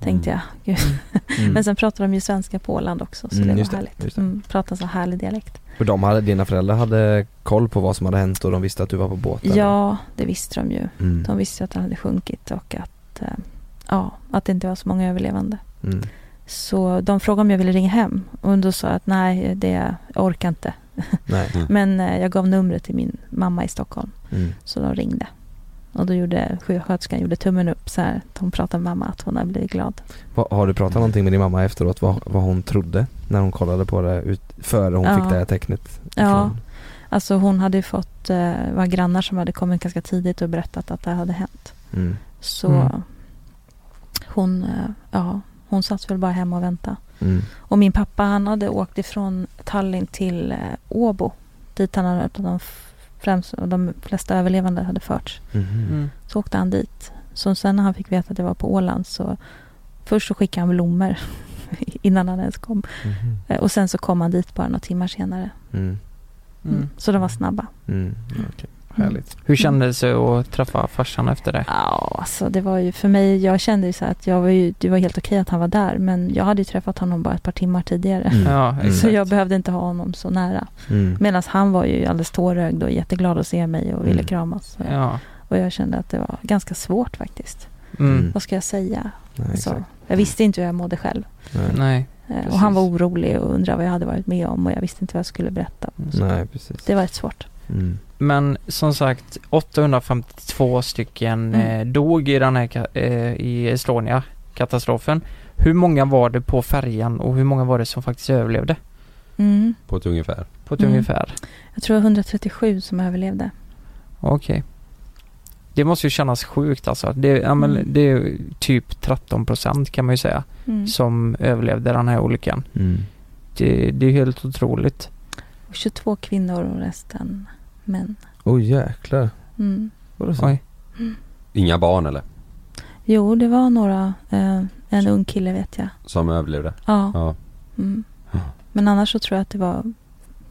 tänkte
Mm.
jag. Gud.
Mm.
Men sen pratade de ju svenska på Åland också, så
Mm,
det
just
var
det,
härligt.
just det.
Mm, pratade så härlig dialekt.
Men de hade, dina föräldrar hade koll på vad som hade hänt och de visste att du var på båten?
Ja, det visste de ju.
Mm.
De visste ju att han hade sjunkit och att, eh, ja, att det inte var så många överlevande.
Mm.
Så de frågade om jag ville ringa hem och då sa jag att nej, det jag orkar inte.
Nej.
Men eh, jag gav numret till min mamma i Stockholm,
Mm.
så de ringde. Och då gjorde sjuksköterskan gjorde tummen upp så här, att hon pratade med mamma att hon hade blivit glad.
Vad- Har du pratat någonting med din mamma efteråt vad, vad hon trodde när hon kollade på det ut, före hon
Ja.
fick det här tecknet?
Ja.
från-
Alltså hon hade ju fått, eh, var grannar som hade kommit ganska tidigt och berättat att det hade hänt.
Mm.
Så
Mm.
hon, eh, ja, hon satt väl bara hemma och väntade.
Mm.
Och min pappa han hade åkt ifrån Tallinn till eh, Åbo. Dit han hade hört att de, f- främst, och de flesta överlevande hade förts.
Mhm.
Mm.
Så åkte han dit. Så sen när han fick veta att jag var på Åland så först så skickade han blommor [laughs] innan han ens kom.
Mhm.
Eh, Och sen så kom han dit bara några timmar senare.
Mm.
Mm.
Mm.
Så de var snabba.
Mm. Okej. Härligt.
Hur kändes det att träffa farsan efter det?
Ja, alltså det var ju för mig, jag kände ju så här att jag var ju, det var helt okej att han var där men jag hade ju träffat honom bara ett par timmar tidigare.
Mm.
Ja,
Mm.
[laughs] Så
exakt.
jag behövde inte ha honom så nära.
Mm.
Medan han var ju alldeles tårögd och jätteglad att se mig och ville
Mm.
kramas. Så-
Ja.
Och jag kände att det var ganska svårt faktiskt.
Mm.
Vad ska jag säga?
Nej,
Så,
exakt.
jag visste inte hur jag mådde själv.
Nej.
Nej.
Eh,
Precis.
Och han var orolig och undrade vad jag hade varit med om och jag visste inte vad jag skulle berätta.
Nej, precis.
Det var rätt svårt.
Mm.
Men som sagt, 852 stycken
Mm.
eh, dog i den här ka- eh, i Estonia-katastrofen. Hur många var det på färjan och hur många var det som faktiskt överlevde?
Mm.
På ett ungefär.
På ett
Mm.
ungefär.
Jag tror det var 137 som överlevde.
Okej. Det måste ju kännas sjukt alltså. Det, ja, men
Mm.
det är ju typ 13 procent kan man ju säga
Mm.
som överlevde den här olyckan.
Mm.
Det, det är helt otroligt.
Och 22 kvinnor och resten män.
Oj jäklar.
Mm.
Var det så?
Oj.
Inga barn eller?
Jo, det var några. Eh, en ung kille vet jag.
Som överlevde?
Ja.
Ja.
Mm. Men annars så tror jag att det var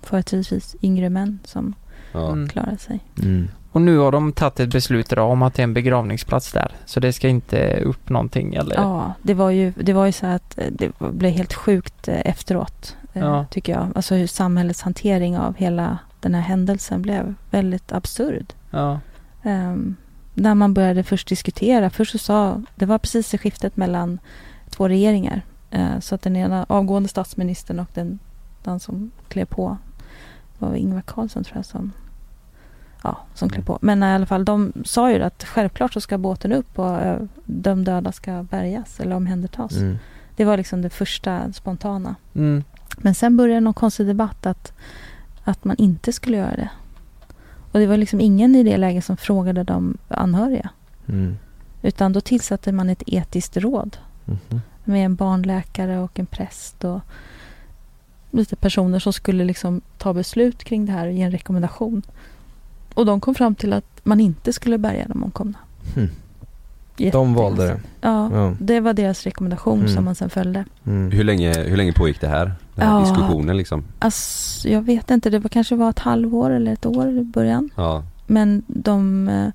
företrädesvis yngre män som
ja.
Mm.
klarade sig.
Mm.
Och nu har de tagit ett beslut idag om att det är en begravningsplats där. Så det ska inte upp någonting eller?
Ja, det var ju, det var ju så här att eh, det var- blev helt sjukt eh, efteråt, eh,
Ja.
tycker jag. Alltså hur samhällets hantering av hela den här händelsen blev väldigt absurd.
ja.
Ehm, när man började först diskutera, först så sa, det var precis i skiftet mellan två regeringar. Eh, så att den ena avgående statsministern och den, den som klev på, det var Ingvar Carlsson tror jag som, ja, som klev på. Men i alla fall, de sa ju att självklart så ska båten upp och eh, de döda ska bärgas eller omhändertas.
Mm.
Det var liksom det första spontana.
Mm.
Men sen började någon konstig debatt att, att man inte skulle göra det. Och det var liksom ingen i det läget som frågade de anhöriga.
Mm.
Utan då tillsatte man ett etiskt råd
Mhm.
med en barnläkare och en präst och lite personer som skulle liksom ta beslut kring det här och ge en rekommendation. Och de kom fram till att man inte skulle bärga de omkomna.
Hmm. De
Jättekonstigt.
valde det.
Ja,
Ja.
det var deras rekommendation
Mm.
som man sen följde.
Mm.
Hur, länge, hur länge pågick det här? Den här
Ja.
diskussionen liksom?
Alltså, jag vet inte, det var, kanske var ett halvår eller ett år i början.
Ja.
Men de eh,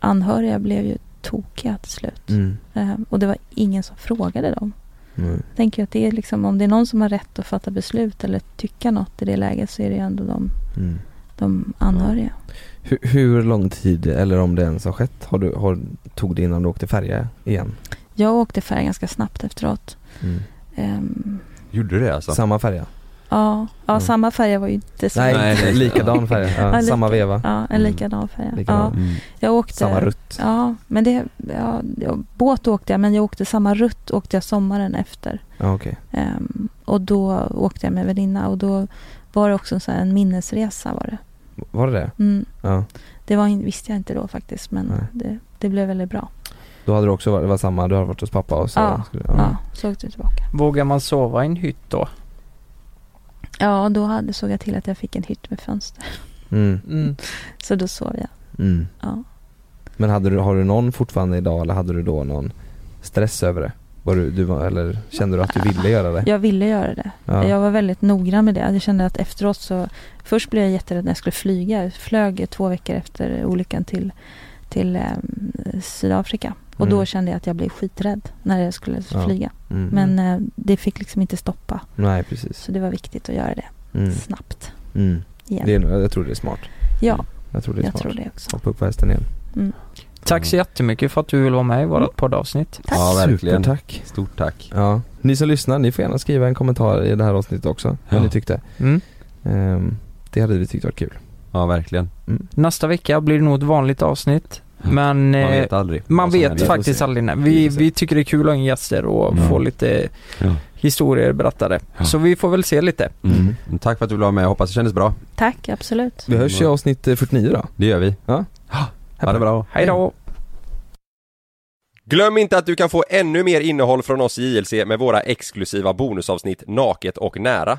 anhöriga blev ju tokiga till slut.
Mm.
Ehm, Och det var ingen som frågade dem.
Mm.
Jag tänker att det är liksom, om det är någon som har rätt att fatta beslut eller tycka något i det läget så är det ju ändå de,
Mm.
de anhöriga.
Hur, hur lång tid, eller om det ens har skett, har du, har, tog det innan du åkte färja igen?
Jag åkte färja ganska snabbt efteråt.
Mm.
Ehm,
Gjorde du det alltså?
Samma färja?
Ja, ja
Mm.
samma färja var ju inte så.
Nej,
Nej, nej.
likadan färja. Ja,
Ja,
samma
lika-
veva.
Ja, en
Mm.
likadan färja.
Likadan.
Mm.
Ja, jag åkte,
Samma rutt.
Ja, men det, ja, ja, båt åkte jag men jag åkte samma rutt åkte jag sommaren efter.
Ja, okej.
Ehm, och då åkte jag med en väninna och då var det också en sån här, en minnesresa var det.
Var det det?
Mm,
Ja.
det var, in- visste jag inte då faktiskt men
Nej.
det, det blev väldigt bra.
Då hade du också varit, det var samma, du hade varit hos pappa och så?
Ja.
skulle-
Ja, så åkte vi tillbaka.
Vågar man sova i en hytt då?
Ja, då hade, såg jag till att jag fick en hytt med fönster. [laughs]
Mm.
Mm.
Så då sov jag.
Mm.
Ja.
Men hade du, har du någon fortfarande idag eller hade du då någon stress över det? Var du, du var, eller kände du att du ville göra det?
Jag ville göra det.
Ja.
Jag var väldigt noggrann med det. Jag kände att efteråt så... Först blev jag jätterädd när jag skulle flyga. Jag flög två veckor efter olyckan till, till ehm, Sydafrika. Och
Mm.
då kände jag att jag blev skiträdd när jag skulle
Ja.
flyga.
Mm.
Men eh, det fick liksom inte stoppa.
Nej precis.
Så det var viktigt att göra det
Mm.
snabbt
Mm.
igen.
Det är, nog- jag tror det är smart.
ja,
Jag tror det är
jag
smart.
tror det också.
Hoppa upp på hästen igen.
Tack
Mm.
så jättemycket för att du vill vara med i vårt
Mm.
poddavsnitt.
Tack.
Ja, verkligen.
Supertack.
Stort tack.
Ja. Ni som lyssnar, ni får gärna skriva en kommentar i det här avsnittet också. Vad
Ja.
ni tyckte.
Mm.
Ehm, det hade vi tyckt varit kul.
Ja, verkligen.
Nästa vecka blir det nog ett vanligt avsnitt.
Mm.
Men
Man
eh,
vet aldrig.
man
vad som
vet
händer.
Vi får
faktiskt
se.
aldrig. när.
Vi
Vi,
får se.
vi tycker det är kul att ha in gäster och
Ja.
få lite
Ja.
historier berättade.
Ja.
Så vi får väl se lite.
Mm. Men Tack för att du ville vara med, hoppas det kändes bra.
Tack, absolut.
Vi hörs i avsnitt eh, 49 då.
Det gör vi. Ha det bra.
Hej då!
Glöm inte att du kan få ännu mer innehåll från oss i JLC med våra exklusiva bonusavsnitt Naket och nära.